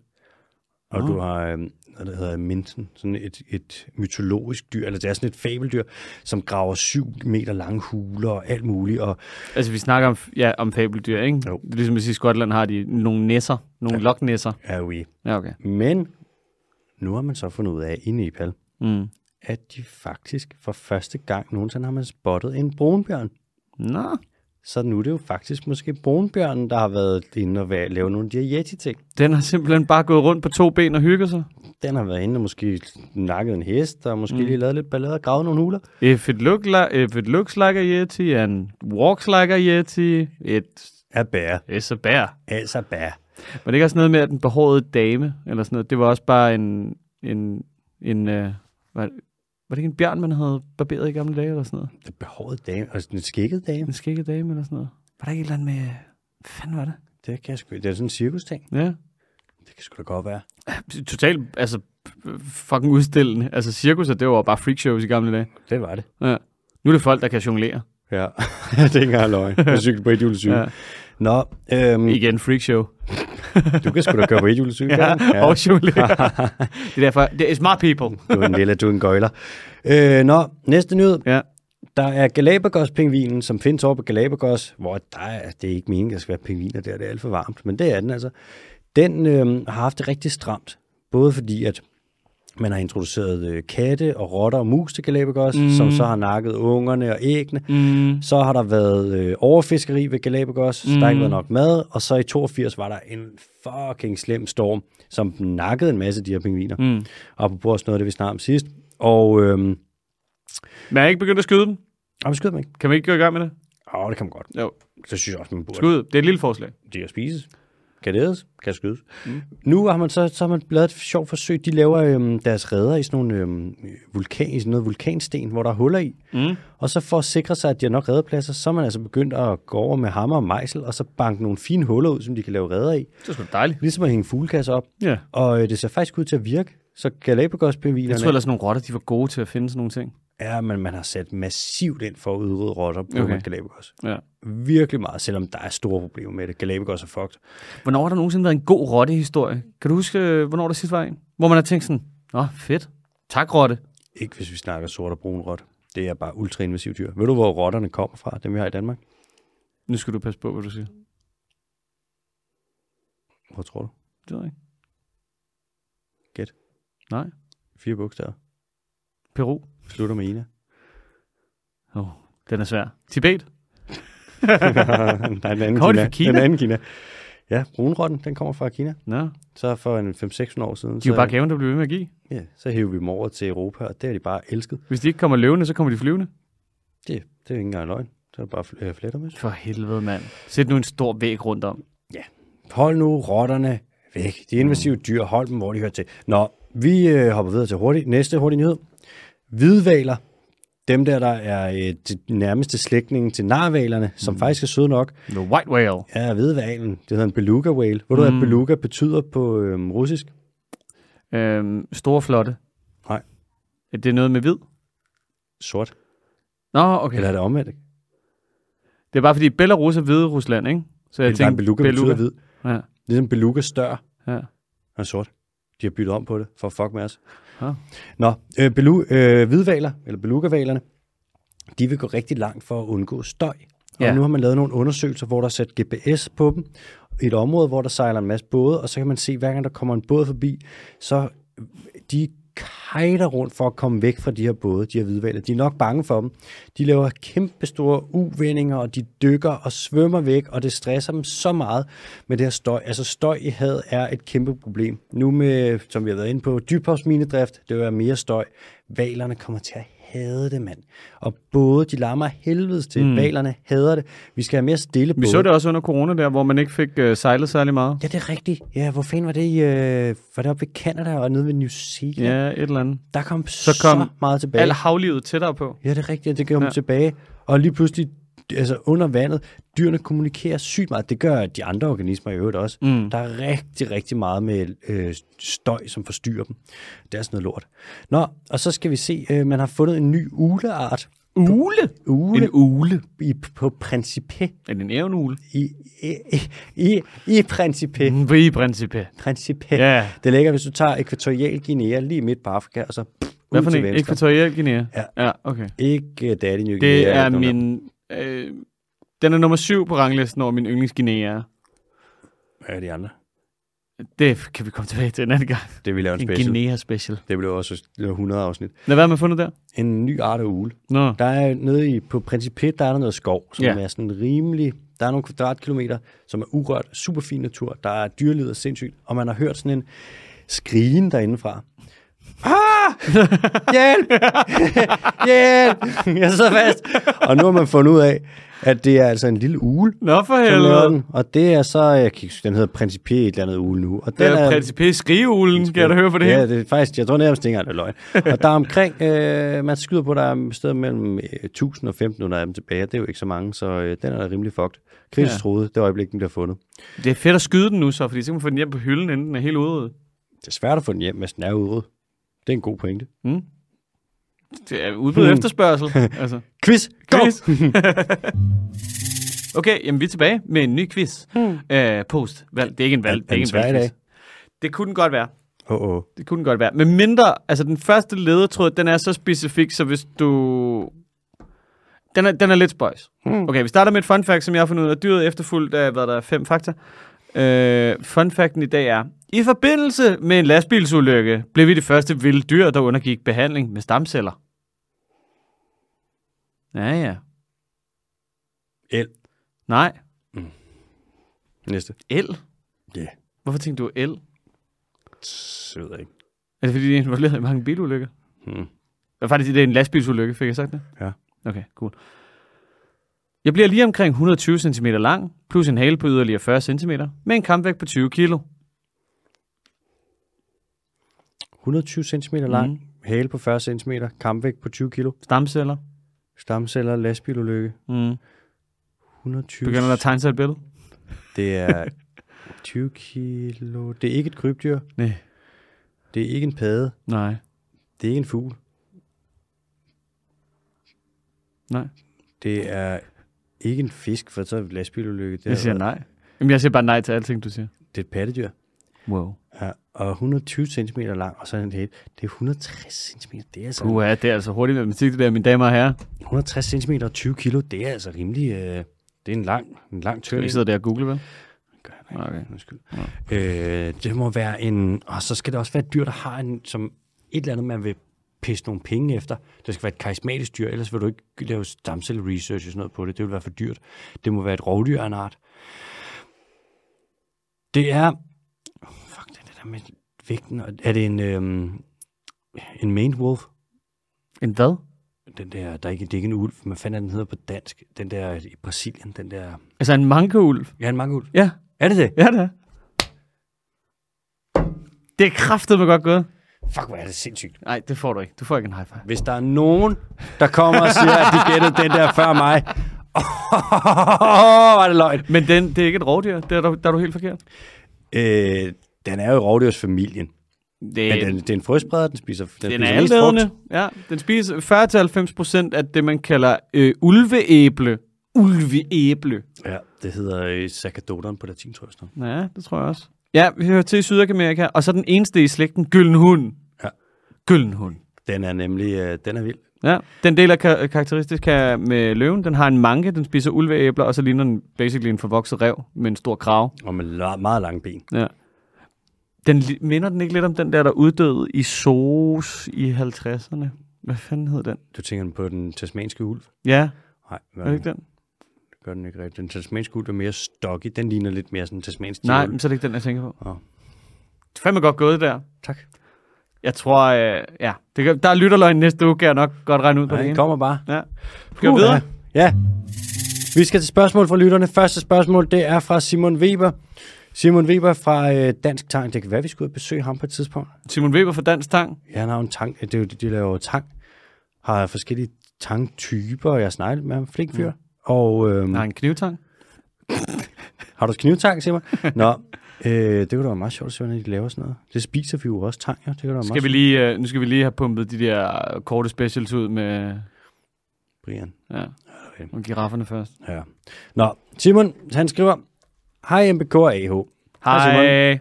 Speaker 1: Og du har, øhm, hvad der hedder minten, sådan et, et mytologisk dyr, eller det er sådan et fabeldyr, som graver syv meter lange huler og alt muligt. Og
Speaker 2: Altså, vi snakker om, ja, om fabeldyr, ikke?
Speaker 1: Jo.
Speaker 2: Det er ligesom, hvis i Skotland har de nogle næsser, nogle ja. loknæsser.
Speaker 1: er jo i.
Speaker 2: Ja, okay.
Speaker 1: Men nu har man så fundet ud af i Nepal,
Speaker 2: Mm.
Speaker 1: at de faktisk for første gang nogensinde har man spottet en brunbjørn.
Speaker 2: Nå,
Speaker 1: Så nu er det jo faktisk måske brunbjørnen, der har været inde og væ- lave nogle af de her yeti-ting.
Speaker 2: den har simpelthen bare gået rundt på to ben og hygget sig.
Speaker 1: Den har været inde og måske nakket en hest, og måske mm. lige lavet lidt ballade og gravet nogle huler.
Speaker 2: If it, look li- if it looks like a yeti and walks like a yeti, it
Speaker 1: Er bær.
Speaker 2: is a bear.
Speaker 1: Altså bær.
Speaker 2: Var det ikke også noget med, at den behårede dame, eller sådan noget, det var også bare en... en, en øh, var, var det ikke en bjørn, man havde barberet i gamle dage, eller sådan noget?
Speaker 1: Det behåret dame, altså den skikkede dame.
Speaker 2: En skægget dame, eller sådan noget? Var der ikke et eller andet med... Hvad fanden var det?
Speaker 1: Det kan jeg sgu, det er sådan en cirkusting.
Speaker 2: Ja.
Speaker 1: Det kan sgu da godt være.
Speaker 2: Totalt, altså, fucking udstillende. Altså, cirkus, det var bare freakshows i gamle dage.
Speaker 1: Det var det.
Speaker 2: Ja. Nu er det folk, der kan jonglere.
Speaker 1: Ja, [LAUGHS] det er ikke engang løgn. Jeg cykler på et
Speaker 2: Ja.
Speaker 1: ja. Nå, øhm,
Speaker 2: Igen, freakshow.
Speaker 1: du kan sgu da køre på et julecykel.
Speaker 2: Ja,
Speaker 1: [LAUGHS]
Speaker 2: ja. og jonglere. det er derfor, det er smart people.
Speaker 1: Du er en lille, du er en gøjler. Øh, nå, næste nyhed.
Speaker 2: Ja.
Speaker 1: Der er Galapagos-pingvinen, som findes over på Galapagos, hvor der er, det er ikke meningen, der skal være pingviner der, det er alt for varmt, men det er den altså. Den øh, har haft det rigtig stramt, både fordi, at man har introduceret øh, katte og rotter og mus til Galapagos, mm. som så har nakket ungerne og æggene.
Speaker 2: Mm.
Speaker 1: Så har der været øh, overfiskeri ved Galapagos, mm. så der har ikke været nok mad, og så i 82 var der en fucking slem storm, som nakkede en masse af de her pingviner. Mm. Apropos også noget af det, vi snakkede om sidst. Og øhm,
Speaker 2: Man er ikke begyndt at skyde dem.
Speaker 1: ah, men skyder man ikke?
Speaker 2: Kan vi ikke gå i gang med det?
Speaker 1: Åh, oh, det kan man godt.
Speaker 2: Jo.
Speaker 1: Så synes jeg også, man burde.
Speaker 2: Skud. Det er et lille forslag.
Speaker 1: de kan spises, kan det ædes, kan skydes. Mm. Nu har man så, så har man lavet et sjovt forsøg. De laver øhm, deres redder i sådan, nogle, øhm, vulkan, i sådan noget vulkansten, hvor der er huller i. Mm. Og så for at sikre sig, at de har nok redderpladser, så er man altså begyndt at gå over med hammer og mejsel, og så banke nogle fine huller ud, som de kan lave redder i.
Speaker 2: Det er sgu da dejligt.
Speaker 1: Ligesom at hænge fuglekasser op.
Speaker 2: Ja.
Speaker 1: Og øh, det ser faktisk ud til at virke. Så galapagos
Speaker 2: Jeg tror ellers, sådan nogle rotter, de var gode til at finde sådan nogle ting.
Speaker 1: er, men man har sat massivt ind for at udrydde rotter på
Speaker 2: Okay.
Speaker 1: okay. Galapagos.
Speaker 2: Ja.
Speaker 1: Virkelig meget, selvom der er store problemer med det. Galapagos er fucked.
Speaker 2: Hvornår har der nogensinde været en god rottehistorie? Kan du huske, øh, hvornår der sidst var en? Hvor man har tænkt sådan, Nå, fedt. Tak, rotte.
Speaker 1: Ikke hvis vi snakker sort og brun rot. Det er bare ultrainvasive dyr. Ved du, hvor rotterne kommer fra, dem vi har i Danmark?
Speaker 2: Nu skal du passe på, hvad du siger.
Speaker 1: Hvor tror du?
Speaker 2: Det ved jeg ikke.
Speaker 1: Gæt.
Speaker 2: Nej.
Speaker 1: Fire bogstaver.
Speaker 2: Peru.
Speaker 1: Slutter med
Speaker 2: [LAUGHS]
Speaker 1: Ina.
Speaker 2: Oh, den er svær. Tibet.
Speaker 1: Nej, den anden
Speaker 2: Kommer
Speaker 1: Kina.
Speaker 2: de fra Kina?
Speaker 1: Den anden Kina. Ja, brunrotten, den kommer fra Kina.
Speaker 2: Nå,
Speaker 1: Så for en 5-6 år siden,
Speaker 2: de er jo
Speaker 1: så,
Speaker 2: bare gaven, der bliver ved med at give.
Speaker 1: ja, så hæver vi dem over til Europa, og det har de bare elsket.
Speaker 2: Hvis de ikke kommer løvende, så kommer de flyvende.
Speaker 1: Det, det er ikke engang løgn. Så er det bare fl- øh, flættermøs.
Speaker 2: For helvede, mand. Sæt nu en stor væg rundt om.
Speaker 1: Hold nu rotterne væk. De invasive dyr, hold dem, hvor de hører til. Nå, vi øh, hopper videre til hurtigt. næste hurtig nyhed. Hvidvaler, dem der, der er øh, de nærmeste slægtninge til narvalerne, som faktisk er søde nok,
Speaker 2: The white whale.
Speaker 1: er hvidvalen. Det hedder en beluga whale. Ved du, hvad beluga betyder på øhm, russisk?
Speaker 2: Øhm, store flotte.
Speaker 1: Nej.
Speaker 2: Er det noget med hvid?
Speaker 1: Sort.
Speaker 2: Nå, okay.
Speaker 1: Eller er det omvendt?
Speaker 2: Det er bare fordi Belarus er hvide Rusland, ikke? Så jeg
Speaker 1: Eller nej,
Speaker 2: tænkte,
Speaker 1: beluga, beluga betyder hvid.
Speaker 2: Ja,
Speaker 1: Ligesom beluga stør
Speaker 2: ja.
Speaker 1: er sort. De har byttet om på det, for at fuck med os.
Speaker 2: Nå.
Speaker 1: Nå, øh, belu, øh, hvidvaler, eller belugavalerne, de vil gå rigtig langt for at undgå støj. Og
Speaker 2: Ja.
Speaker 1: nu har man lavet nogle undersøgelser, hvor der er sat GPS på dem, i et område, hvor der sejler en masse både, og så kan man se, hver gang der kommer en båd forbi, så de kejter rundt for at komme væk fra de her både, de her hvidvaler. De er nok bange for dem. De laver kæmpe store uvendinger, og de dykker og svømmer væk, og det stresser dem så meget med det her støj. Altså støj i havet er et kæmpe problem. Nu med, som vi har været inde på, dybhavsminedrift, det vil være mere støj. Valerne kommer til at hade det, mand. Og både de larmer af helvedes til, mm. valerne hader det. Vi skal have mere stille
Speaker 2: Vi så det også under corona der, hvor man ikke fik øh, sejlet særlig meget.
Speaker 1: Ja, det er rigtigt. Ja, hvor fanden var det i, øh, var det oppe ved Canada og nede ved New Zealand? Ja.
Speaker 2: Ja, et eller andet.
Speaker 1: Der kom
Speaker 2: Så
Speaker 1: så,
Speaker 2: kom
Speaker 1: så meget tilbage.
Speaker 2: Al havlivet tættere på.
Speaker 1: Ja, det er rigtigt, det kom
Speaker 2: Ja.
Speaker 1: ja. tilbage. Og lige pludselig, altså under vandet, dyrene kommunikerer sygt meget. Det gør de andre organismer i øvrigt også.
Speaker 2: Mm.
Speaker 1: Der er rigtig, rigtig meget med øh, støj, som forstyrrer dem. Det er sådan noget lort. Nå, og så skal vi se, øh, man har fundet en ny uleart.
Speaker 2: Ule?
Speaker 1: Ule
Speaker 2: En ule.
Speaker 1: i, på Principe.
Speaker 2: En, en ævnugle.
Speaker 1: I, i, i- i, i Principe. Mm.
Speaker 2: I princippet.
Speaker 1: Principe.
Speaker 2: Ja.
Speaker 1: Det ligger, hvis du tager Ekvatorial Guinea lige midt på Afrika, og så pff,
Speaker 2: Hvad
Speaker 1: ud
Speaker 2: for
Speaker 1: til
Speaker 2: en?
Speaker 1: venstre.
Speaker 2: Ekvatorial Guinea?
Speaker 1: Ja.
Speaker 2: ja okay.
Speaker 1: Ikke øh, Daddy New Guinea.
Speaker 2: Det er
Speaker 1: eller noget.
Speaker 2: min... Øh, den er nummer syv på ranglisten over min yndlingsguinea.
Speaker 1: Hvad er de andre?
Speaker 2: Det kan vi komme tilbage til en anden gang.
Speaker 1: Det vil lave en
Speaker 2: En
Speaker 1: special.
Speaker 2: Guinea-special.
Speaker 1: Det blev også det blev 100 afsnit.
Speaker 2: Nå, hvad har man fundet der?
Speaker 1: En ny art af ugle.
Speaker 2: Nå,
Speaker 1: Der er nede i, på Principet, der er der noget skov, som
Speaker 2: Ja.
Speaker 1: ja. er sådan rimelig... Der er nogle kvadratkilometer, som er urørt, super fin natur. Der er dyrelivet og sindssygt, og man har hørt sådan en skrigen derindefra. Ah! Hjælp! Hjælp! Jeg sidder fast. Og nu har man fundet ud af, at det er altså en lille ugle,
Speaker 2: Nå for
Speaker 1: som laver
Speaker 2: helvede.
Speaker 1: den. Og det er så, jeg kan ikke- den hedder Principe et eller andet ugle nu. Og
Speaker 2: Det
Speaker 1: den
Speaker 2: er princippet skriveulen, kan jeg da høre på det
Speaker 1: ja,
Speaker 2: her.
Speaker 1: det er faktisk, jeg tror nærmest ikke engang, det er løgn. Og der er omkring, øh, man skyder på, der er et sted mellem øh, 1000 og 1500 af dem tilbage. Det er jo ikke så mange, så øh, den er da rimelig fucked. Kritisk
Speaker 2: Ja.
Speaker 1: ja. troede, det øjeblik, den bliver fundet.
Speaker 2: Det er fedt at skyde den nu så, fordi så kan man få den hjem på hylden, inden den er helt ude.
Speaker 1: Det er svært at få den hjem, hvis den er ude. Det er en god pointe.
Speaker 2: Det er udbud
Speaker 1: Hmm. [LAUGHS]
Speaker 2: efterspørgsel. altså.
Speaker 1: Quiz! Go!
Speaker 2: Quiz. [LAUGHS] Okay, jamen vi er tilbage med en ny quiz. Hmm. Øh, post. Valg. Det er ikke en valg.
Speaker 1: Er-
Speaker 2: det
Speaker 1: er
Speaker 2: er
Speaker 1: den
Speaker 2: ikke
Speaker 1: svær i
Speaker 2: en valg.
Speaker 1: dag?
Speaker 2: Det kunne den godt være.
Speaker 1: Åh, oh, oh.
Speaker 2: Det kunne den godt være. Men mindre, altså den første ledetråd, den er så specifik, så hvis du... Den er, den er lidt spøjs. Hmm. Okay, vi starter med et fun fact, som jeg har fundet ud af. Dyret er efterfulgt af, hvad der er, fem fakta. Øh, fun facten i dag er, i forbindelse med en lastbilsulykke, blev vi det første vilde dyr, der undergik behandling med stamceller. Ja, ja.
Speaker 1: El.
Speaker 2: Nej.
Speaker 1: Næste.
Speaker 2: El?
Speaker 1: Ja. Yeah.
Speaker 2: Hvorfor tænkte du el?
Speaker 1: Jeg ved jeg ikke.
Speaker 2: Er det fordi, de er involveret i mange bilulykker?
Speaker 1: Hmm.
Speaker 2: Hvad faktisk, det er en lastbilsulykke, fik jeg sagt det?
Speaker 1: Ja.
Speaker 2: Okay, cool. Jeg bliver lige omkring 120 cm lang, plus en hale på yderligere 40 cm, med en kampvægt på 20 kg.
Speaker 1: 120 cm lang,
Speaker 2: Mhm.
Speaker 1: mm. hale på 40 cm, kampvægt på 20 kg,
Speaker 2: Stamceller.
Speaker 1: stamceller, lastbilulykke,
Speaker 2: Mm.
Speaker 1: 120
Speaker 2: Begynder der at tegne sig et billede?
Speaker 1: Det er 20 kilo. Det er ikke et krybdyr.
Speaker 2: Nej.
Speaker 1: Det er ikke en padde.
Speaker 2: Nej.
Speaker 1: Det er ikke en fugl.
Speaker 2: Nej.
Speaker 1: Det er ikke en fisk, for så er det lastbilulykke. Det,
Speaker 2: Jeg siger
Speaker 1: er,
Speaker 2: nej. Jamen, jeg siger bare nej til alting, du siger.
Speaker 1: det er et pattedyr.
Speaker 2: Wow.
Speaker 1: Ja, og 120 cm lang, og så er den helt. Det er 160 cm. Det er altså,
Speaker 2: Uha, det er altså hurtigt matematik, det der, mine damer og herrer.
Speaker 1: 160 cm og 20 kilo, det er altså rimelig... Øh, det er en lang, en lang
Speaker 2: Skal vi
Speaker 1: tør.
Speaker 2: ikke sidde der og google, vel?
Speaker 1: Nej,
Speaker 2: Okay.
Speaker 1: undskyld. Øh, det må være en... Og så skal det også være et dyr, der har en, som et eller andet, man vil pisse nogle penge efter. Det skal være et karismatisk dyr, ellers vil du ikke lave stamcelle-research og sådan noget på det. Det vil være for dyrt. Det må være et rovdyr af en art. Det er... Fuck, det er det der med vægten. og- Er det en... Øhm, en Maine Wolf?
Speaker 2: En hvad?
Speaker 1: Den der, der er ikke, det er ikke en ulv, men hvad fanden er den hedder på dansk? Den der i Brasilien, den der...
Speaker 2: Altså en mankeulv?
Speaker 1: Ja, en mangeulv.
Speaker 2: Ja,
Speaker 1: Er det det?
Speaker 2: ja det er. Det er kraftedeme godt gået.
Speaker 1: Fuck, hvor er det sindssygt.
Speaker 2: Nej, det får du ikke. Du får ikke en high five.
Speaker 1: Hvis der er nogen, der kommer og siger, at de gættede den der før mig. Åh, var det løgn.
Speaker 2: Men den, det er ikke et rovdyr. Der er du, der er du helt forkert.
Speaker 1: Øh, den er jo i rovdyrsfamilien.
Speaker 2: Det,
Speaker 1: Men den, det er en frøspreder, den spiser, den
Speaker 2: Øh, den
Speaker 1: spiser
Speaker 2: er
Speaker 1: mest
Speaker 2: altædende.
Speaker 1: frugt.
Speaker 2: Ja, den spiser 40-90% af det, man kalder øh, ulveæble. Ulveæble.
Speaker 1: Ja, det hedder øh, sacadoteren på latin, tror jeg. sådan noget.
Speaker 2: Ja, det tror jeg også. Ja, vi hører til i Sydamerika, og så den eneste i slægten, gylden hund.
Speaker 1: Ja.
Speaker 2: Gylden hund.
Speaker 1: Den er nemlig, øh, den er vild.
Speaker 2: Ja, den deler ka- karakteristisk af- med løven. Den har en manke, den spiser ulveæbler, og så ligner den basically en forvokset rev med en stor krav.
Speaker 1: Og med la- meget lange ben.
Speaker 2: Ja. Den li- minder den ikke lidt om den der, der uddøde i Zoos i 50'erne? Hvad fanden hed den?
Speaker 1: Du tænker på den tasmanske ulv?
Speaker 2: Ja,
Speaker 1: Nej,
Speaker 2: er
Speaker 1: hvad
Speaker 2: det
Speaker 1: det
Speaker 2: ikke den?
Speaker 1: gør den ikke rigtigt. Den tasmanske ulv er mere stocky. Den ligner lidt mere sådan en tasmansk
Speaker 2: Nej,
Speaker 1: ulv.
Speaker 2: men så er det ikke den, jeg tænker på.
Speaker 1: Nå.
Speaker 2: Det er fandme godt gået der.
Speaker 1: tak.
Speaker 2: Jeg tror, øh, ja, det kan, der er lytterløgn næste uge, kan jeg nok godt regne ud på
Speaker 1: Nej,
Speaker 2: det
Speaker 1: den
Speaker 2: ene.
Speaker 1: kommer bare.
Speaker 2: Ja. Skal vi videre?
Speaker 1: Ja. Vi skal til spørgsmål fra lytterne. Første spørgsmål, det er fra Simon Weber. Simon Weber fra øh, Dansk Tang. Det kan være, vi skulle ud og besøge ham på et tidspunkt.
Speaker 2: Simon Weber fra Dansk Tang.
Speaker 1: Ja, han har jo en tang. Det er jo, de laver jo tang. Har forskellige tangtyper, og jeg snakker lidt med ham. Flink fyr. Mm. Og øhm,
Speaker 2: Har han knivtang?
Speaker 1: har du knivtang, Simon? [LAUGHS] Nå, øh, det kunne da være meget sjovt at se, hvordan de laver sådan noget. Det spiser vi jo også tang, ja. Det kunne da være meget
Speaker 2: Skal vi lige, øh, nu skal vi lige have pumpet de der øh, korte specials ud med
Speaker 1: sjovt, Brian.
Speaker 2: ja, og girafferne først.
Speaker 1: Ja. Nå, Simon, han skriver, Hej MBK og AH.
Speaker 2: Hej.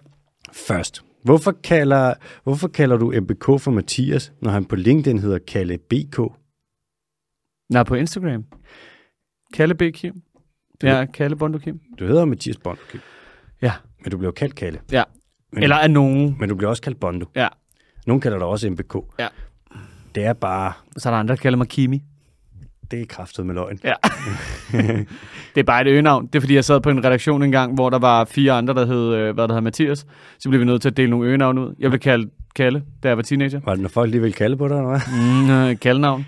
Speaker 1: Først, hvorfor kalder, hvorfor kalder du MBK for Mathias, når han på LinkedIn hedder Kalle BK?
Speaker 2: Nej, på Instagram. Kalle B. Kim. Ja, Kalle Bondo Kim.
Speaker 1: Du hedder Mathias Bondo, Kim,
Speaker 2: Ja.
Speaker 1: men du bliver jo kaldt Kalle.
Speaker 2: ja.
Speaker 1: Men-
Speaker 2: Eller af nogen.
Speaker 1: Men du bliver også kaldt Bondo.
Speaker 2: Ja.
Speaker 1: Nogen kalder dig også MBK.
Speaker 2: Ja.
Speaker 1: Det er bare,
Speaker 2: Så er der andre, der kalder mig Kimi.
Speaker 1: det er kraftet med løgn.
Speaker 2: Ja. [LAUGHS] det er bare et øgenavn. Det er, fordi jeg sad på en redaktion engang, hvor der var fire andre, der hed, øh, hvad der hed Mathias. Så blev vi nødt til at dele nogle øgenavn ud. Jeg blev kaldt Kalle, da jeg var teenager.
Speaker 1: Var det, når folk lige vil kalde på dig, eller hvad?
Speaker 2: Mm, øh, kaldenavn.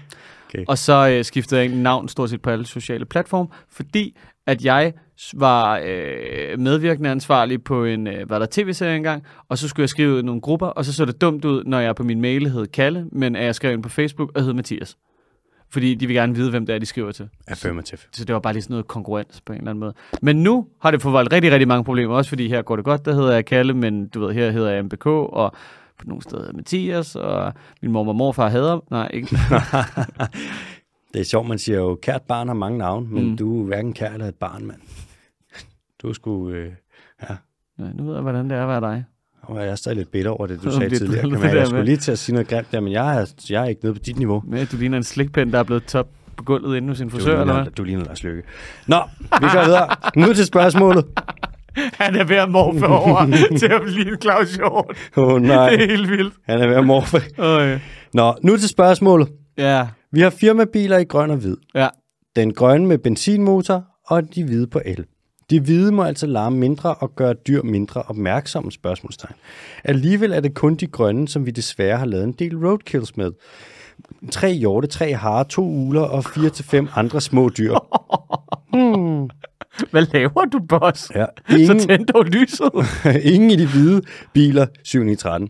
Speaker 1: Okay.
Speaker 2: Okay. Og så øh, skiftede jeg egentlig navn stort set på alle sociale platforme, fordi at jeg s- var øh, medvirkende ansvarlig på en øh, var der tv-serie engang, og så skulle jeg skrive ud i nogle grupper, og så så det dumt ud, når jeg på min mail hed Kalle, men at jeg skrev ind på Facebook og hed Mathias. Fordi de vil gerne vide, hvem det er, de skriver til.
Speaker 1: Affirmative.
Speaker 2: Så det var bare lige sådan noget konkurrence på en eller anden måde. Men nu har det forvoldt rigtig, rigtig mange problemer, også fordi her går det godt, der hedder jeg Kalle, men du ved, her hedder jeg MBK, og på nogle steder hedder jeg Mathias, og min mor og morfar hader, nej, ikke,
Speaker 1: Det er sjovt, man siger jo, kært barn har mange navne, men mm.
Speaker 2: Mm.
Speaker 1: du er hverken kær eller et barn, mand. [LAUGHS] Du skulle, øh, ja,
Speaker 2: nej, nu ved jeg, hvordan det er at være dig.
Speaker 1: og jeg er stadig lidt bitter over det, du
Speaker 2: [LAUGHS] Om
Speaker 1: sagde
Speaker 2: lidt-
Speaker 1: tidligere. Kan
Speaker 2: det
Speaker 1: man,
Speaker 2: der
Speaker 1: jeg skulle
Speaker 2: med-
Speaker 1: lige til at sige noget grimt der, men jeg er, jeg er ikke nede på dit niveau.
Speaker 2: Med, at du ligner en slikpind, der er blevet top på gulvet inde hos sin
Speaker 1: Du
Speaker 2: frisør, eller
Speaker 1: ligner,
Speaker 2: hvad?
Speaker 1: du ligner Lars Lykke. Nå, vi går
Speaker 2: [LAUGHS]
Speaker 1: videre. Nu til spørgsmålet.
Speaker 2: Han er ved at [LAUGHS] morfe over til at blive Claus Hjort.
Speaker 1: Åh
Speaker 2: [LAUGHS]
Speaker 1: oh, nej,
Speaker 2: Det er helt vildt.
Speaker 1: han er ved at morfe.
Speaker 2: Øj.
Speaker 1: Nå, nu til spørgsmålet.
Speaker 2: Ja,
Speaker 1: Vi har firmabiler i grøn og hvid.
Speaker 2: ja.
Speaker 1: Den grønne med benzinmotor og de hvide på el. De hvide må altså larme mindre og gøre dyr mindre opmærksomme, spørgsmålstegn. Alligevel er det kun de grønne, som vi desværre har lavet en del roadkills med. Tre hjorte, tre harer, to uler og fire til fem andre små dyr.
Speaker 2: Hvad laver du, boss?
Speaker 1: Ja,
Speaker 2: Så
Speaker 1: ingen,
Speaker 2: tænd dog lyset.
Speaker 1: [LAUGHS] ingen i de hvide biler 713.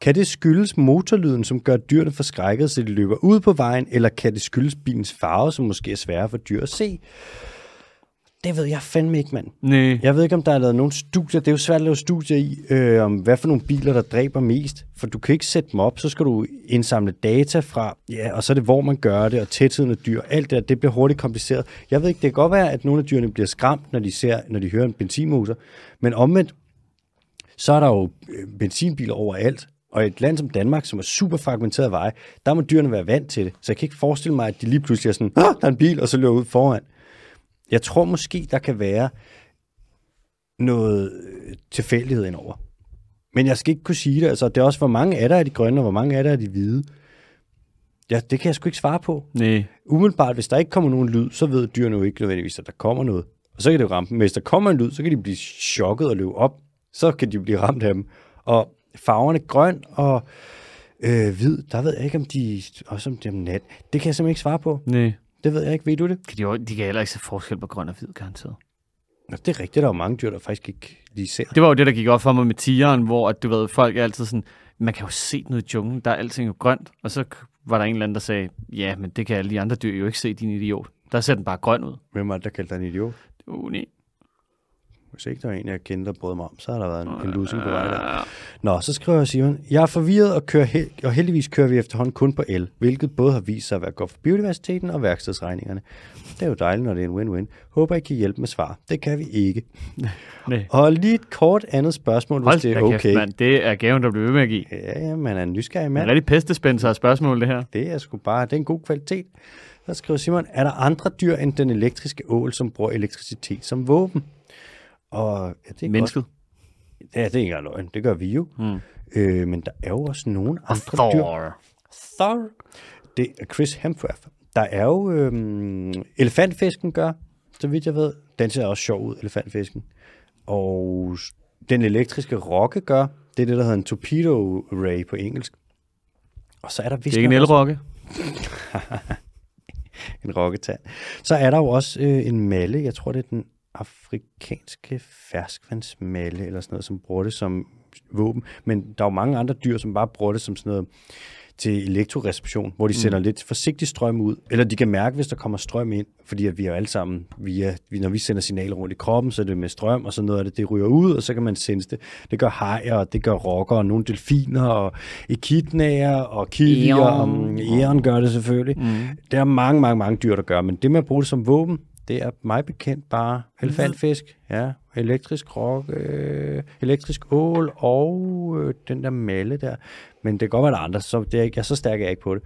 Speaker 1: Kan det skyldes motorlyden, som gør dyrene forskrækket, så de løber ud på vejen, eller kan det skyldes bilens farve, som måske er sværere for dyr at se? Det ved jeg fandme ikke, mand.
Speaker 2: Nej.
Speaker 1: Jeg ved ikke, om der er lavet nogle studier. Det er jo svært at lave studier i, øh, om hvad for nogle biler, der dræber mest. For du kan ikke sætte dem op, så skal du indsamle data fra, ja, og så er det, hvor man gør det, og tætheden af dyr. Alt det der, det bliver hurtigt kompliceret. Jeg ved ikke, det kan godt være, at nogle af dyrene bliver skræmt, når de, ser, når de hører en benzinmotor. Men omvendt, så er der jo øh, benzinbiler overalt. Og i et land som Danmark, som er super fragmenteret veje, der må dyrene være vant til det. Så jeg kan ikke forestille mig, at de lige pludselig er sådan, ah, der er en bil, og så løber ud foran. Jeg tror måske, der kan være noget øh, tilfældighed indover. Men jeg skal ikke kunne sige det. Altså, det er også, hvor mange er der af de grønne, og hvor mange er der af de hvide. Ja, det kan jeg sgu ikke svare på.
Speaker 2: Nej.
Speaker 1: Umiddelbart, hvis der ikke kommer nogen lyd, så ved dyrene jo ikke nødvendigvis, at der kommer noget. Og så kan det jo ramme dem. Men hvis der kommer en lyd, så kan de blive chokket og løbe op. Så kan de blive ramt af dem. Og farverne grøn og øh, hvid, der ved jeg ikke, om de... Også om det er om nat. Det kan jeg simpelthen ikke svare på.
Speaker 2: Nej.
Speaker 1: Det ved jeg ikke. Ved du det?
Speaker 2: Kan de, jo- de kan heller ikke se forskel på grøn og hvid, garanteret.
Speaker 1: Nå, det er rigtigt. Der er jo mange dyr, der faktisk ikke lige ser.
Speaker 2: Det var jo det, der gik op for mig med tigeren, hvor at, du ved, folk er altid sådan, man kan jo se noget i junglen, der er alting jo grønt. Og så k- var der en eller anden, der sagde, ja, men det kan alle de andre dyr jo ikke se, din idiot. Der ser den bare grøn ud.
Speaker 1: Hvem var det, der kaldte dig en idiot?
Speaker 2: Uh, nej.
Speaker 1: Hvis ikke der var en, jeg kendte, der brød mig om, så har der været en, en lussing på vej der.
Speaker 2: Ja,
Speaker 1: Nå, så skriver Simon, jeg er forvirret og, kører hel- og heldigvis kører vi efterhånden kun på el, hvilket både har vist sig at være godt for biodiversiteten og værkstedsregningerne. Det er jo dejligt, når det er en win-win. Håber, I kan hjælpe med svar. Det kan vi ikke.
Speaker 2: Nej.
Speaker 1: Og lige et kort andet spørgsmål, hvis
Speaker 2: Hold
Speaker 1: det
Speaker 2: da
Speaker 1: er
Speaker 2: okay.
Speaker 1: okay.
Speaker 2: kæft, mand. Det er gaven, der bliver ved med at give.
Speaker 1: Ja, ja, man er en nysgerrig
Speaker 2: Det er
Speaker 1: mand.
Speaker 2: en rigtig pestespenser af spørgsmål, det her.
Speaker 1: Det er sgu bare, det er en god kvalitet. Så skriver Simon, er der andre dyr end den elektriske ål, som bruger elektricitet som våben? Og ja, det er
Speaker 2: Mennesket.
Speaker 1: Godt. Ja, det er ikke engang løgn. Det gør vi jo. Mm. Øh, men der er jo også nogle andre dyr.
Speaker 2: Thor.
Speaker 1: Thor. Det er Chris Hemsworth. Der er jo øhm, elefantfisken gør, så vidt jeg ved. Den ser også sjov ud, elefantfisken. Og s- den elektriske rokke gør, det er det, der hedder en torpedo ray på engelsk. Og så er der vist
Speaker 2: Det er ikke en
Speaker 1: nok også
Speaker 2: elrokke.
Speaker 1: [LAUGHS] en rokketand. Så er der jo også øh, en malle, jeg tror det er den afrikanske ferskvandsmalle eller sådan noget, som bruger det som våben. Men der er jo mange andre dyr, som bare bruger det som sådan noget til elektroreception, hvor de sender lidt forsigtig strøm ud, eller de kan mærke, hvis der kommer strøm ind, fordi at vi er alle sammen, via, vi- når vi sender signaler rundt i kroppen, så er det med strøm, og så noget af det, det ryger ud, og så kan man sense det. Det gør hajer, og det gør rokker, og nogle delfiner, og ekidnager, og kiwier, og
Speaker 2: Eon.
Speaker 1: Æren Mm, gør det selvfølgelig. Mm. Der er mange, mange, mange dyr, der gør, men det med at bruge det som våben, det er mig bekendt bare elefantfisk, ja, elektrisk rock, øh, elektrisk ål og øh, den der malle der. Men det kan godt være, der er andre, så det er ikke, jeg er så stærk er jeg ikke på det.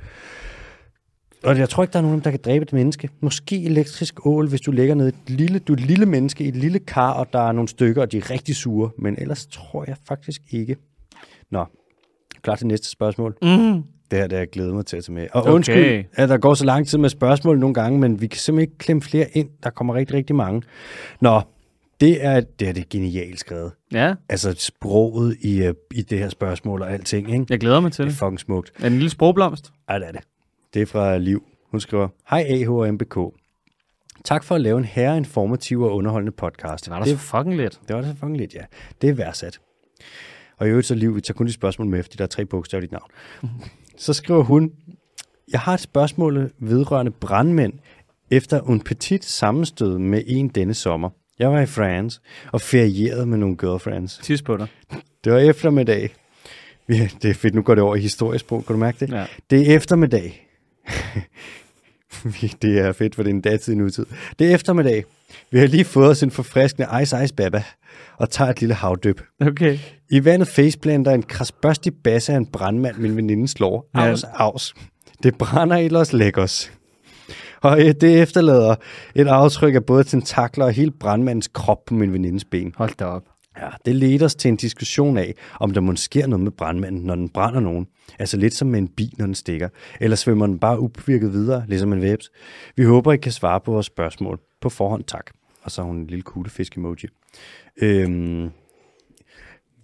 Speaker 1: Og jeg tror ikke, der er nogen, der kan dræbe et menneske. Måske elektrisk ål, hvis du ligger ned i et lille, du er et lille menneske i et lille kar, og der er nogle stykker, og de er rigtig sure. Men ellers tror jeg faktisk ikke. Nå, klar til næste spørgsmål.
Speaker 2: Mm.
Speaker 1: Det her, det har jeg glædet mig til at tage med. Og
Speaker 2: Okay.
Speaker 1: okay. undskyld, at der går så lang tid med spørgsmål nogle gange, men vi kan simpelthen ikke klemme flere ind. Der kommer rigtig, rigtig mange. Nå, det er det, her, det er genialt skrevet.
Speaker 2: Ja,
Speaker 1: Altså sproget i, øh, i det her spørgsmål og alting, ikke?
Speaker 2: jeg glæder mig til
Speaker 1: Det er
Speaker 2: det.
Speaker 1: fucking smukt.
Speaker 2: Er det en lille sprogblomst?
Speaker 1: Ej, det er det. Det er fra Liv. Hun skriver, Hej AHMBK. Tak for at lave en herre informativ og underholdende podcast.
Speaker 2: Det var da så fucking let.
Speaker 1: det var da så fucking lidt, ja. Det er værdsat. Og i øvrigt så Liv, vi tager kun de spørgsmål med, fordi der er tre bogstaver i dit navn. Så skriver hun, jeg har et spørgsmål vedrørende brandmænd efter en petit sammenstød med en denne sommer. Jeg var i France og ferierede med nogle girlfriends.
Speaker 2: Tis på dig.
Speaker 1: Det var eftermiddag. Ja, det er fedt, nu går det over i historisk sprog, kan du mærke det?
Speaker 2: Ja.
Speaker 1: Det er eftermiddag. [LAUGHS] Vi- det er fedt, for det er en datid i nutid. Det er eftermiddag. Vi har lige fået os en forfriskende Ice Ice Baba og tager et lille havdøb.
Speaker 2: Okay.
Speaker 1: I vandet faceplanter en krasbørstig basse af en brandmand, min veninde slår.
Speaker 2: Ja.
Speaker 1: Aus, aus. Det brænder ellers lækkers. Og øh, det efterlader et aftryk af både tentakler og hele brandmandens krop på min venindes ben.
Speaker 2: Hold da op.
Speaker 1: Ja, det leder os til en diskussion af, om der måske sker noget med brandmanden, når den brænder nogen. Altså lidt som med en bil, når den stikker. Eller svømmer den bare upåvirket videre, ligesom en væbs. Vi håber, I kan svare på vores spørgsmål. På forhånd tak. Og så har hun en lille kuglefisk-emoji. Øhm,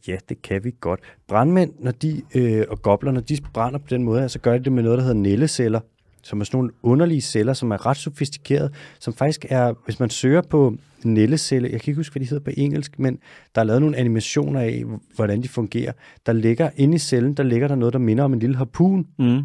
Speaker 1: ja, det kan vi godt. Brandmænd når de, øh, og gobler, når de brænder på den måde, her, så gør de det med noget, der hedder nælleceller, som er sådan nogle underlige celler, som er ret sofistikeret, som faktisk er, hvis man søger på nællecelle, jeg kan ikke huske, hvad de hedder på engelsk, men der er lavet nogle animationer af, hvordan de fungerer. Der ligger inde i cellen, der ligger der noget, der minder om en lille harpun,
Speaker 2: Mm.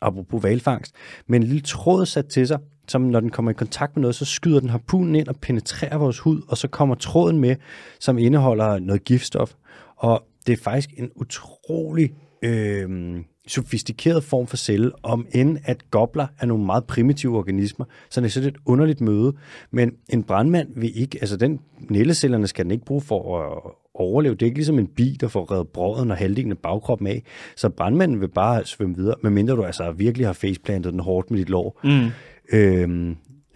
Speaker 1: apropos valfangst, med en lille tråd sat til sig, som når den kommer i kontakt med noget, så skyder den harpunen ind og penetrerer vores hud, og så kommer tråden med, som indeholder noget giftstof. Og det er faktisk en utrolig øh, sofistikeret form for celle, om end at gobler er nogle meget primitive organismer, så det er sådan et underligt møde. Men en brandmand vil ikke, altså den nællecellerne skal den ikke bruge for at overleve. Det er ikke ligesom en bi, der får reddet brøden og halvdelen af bagkroppen af. Så brandmanden vil bare svømme videre, medmindre du altså virkelig har faceplantet den hårdt med dit lår.
Speaker 2: Mm.
Speaker 1: Øhm,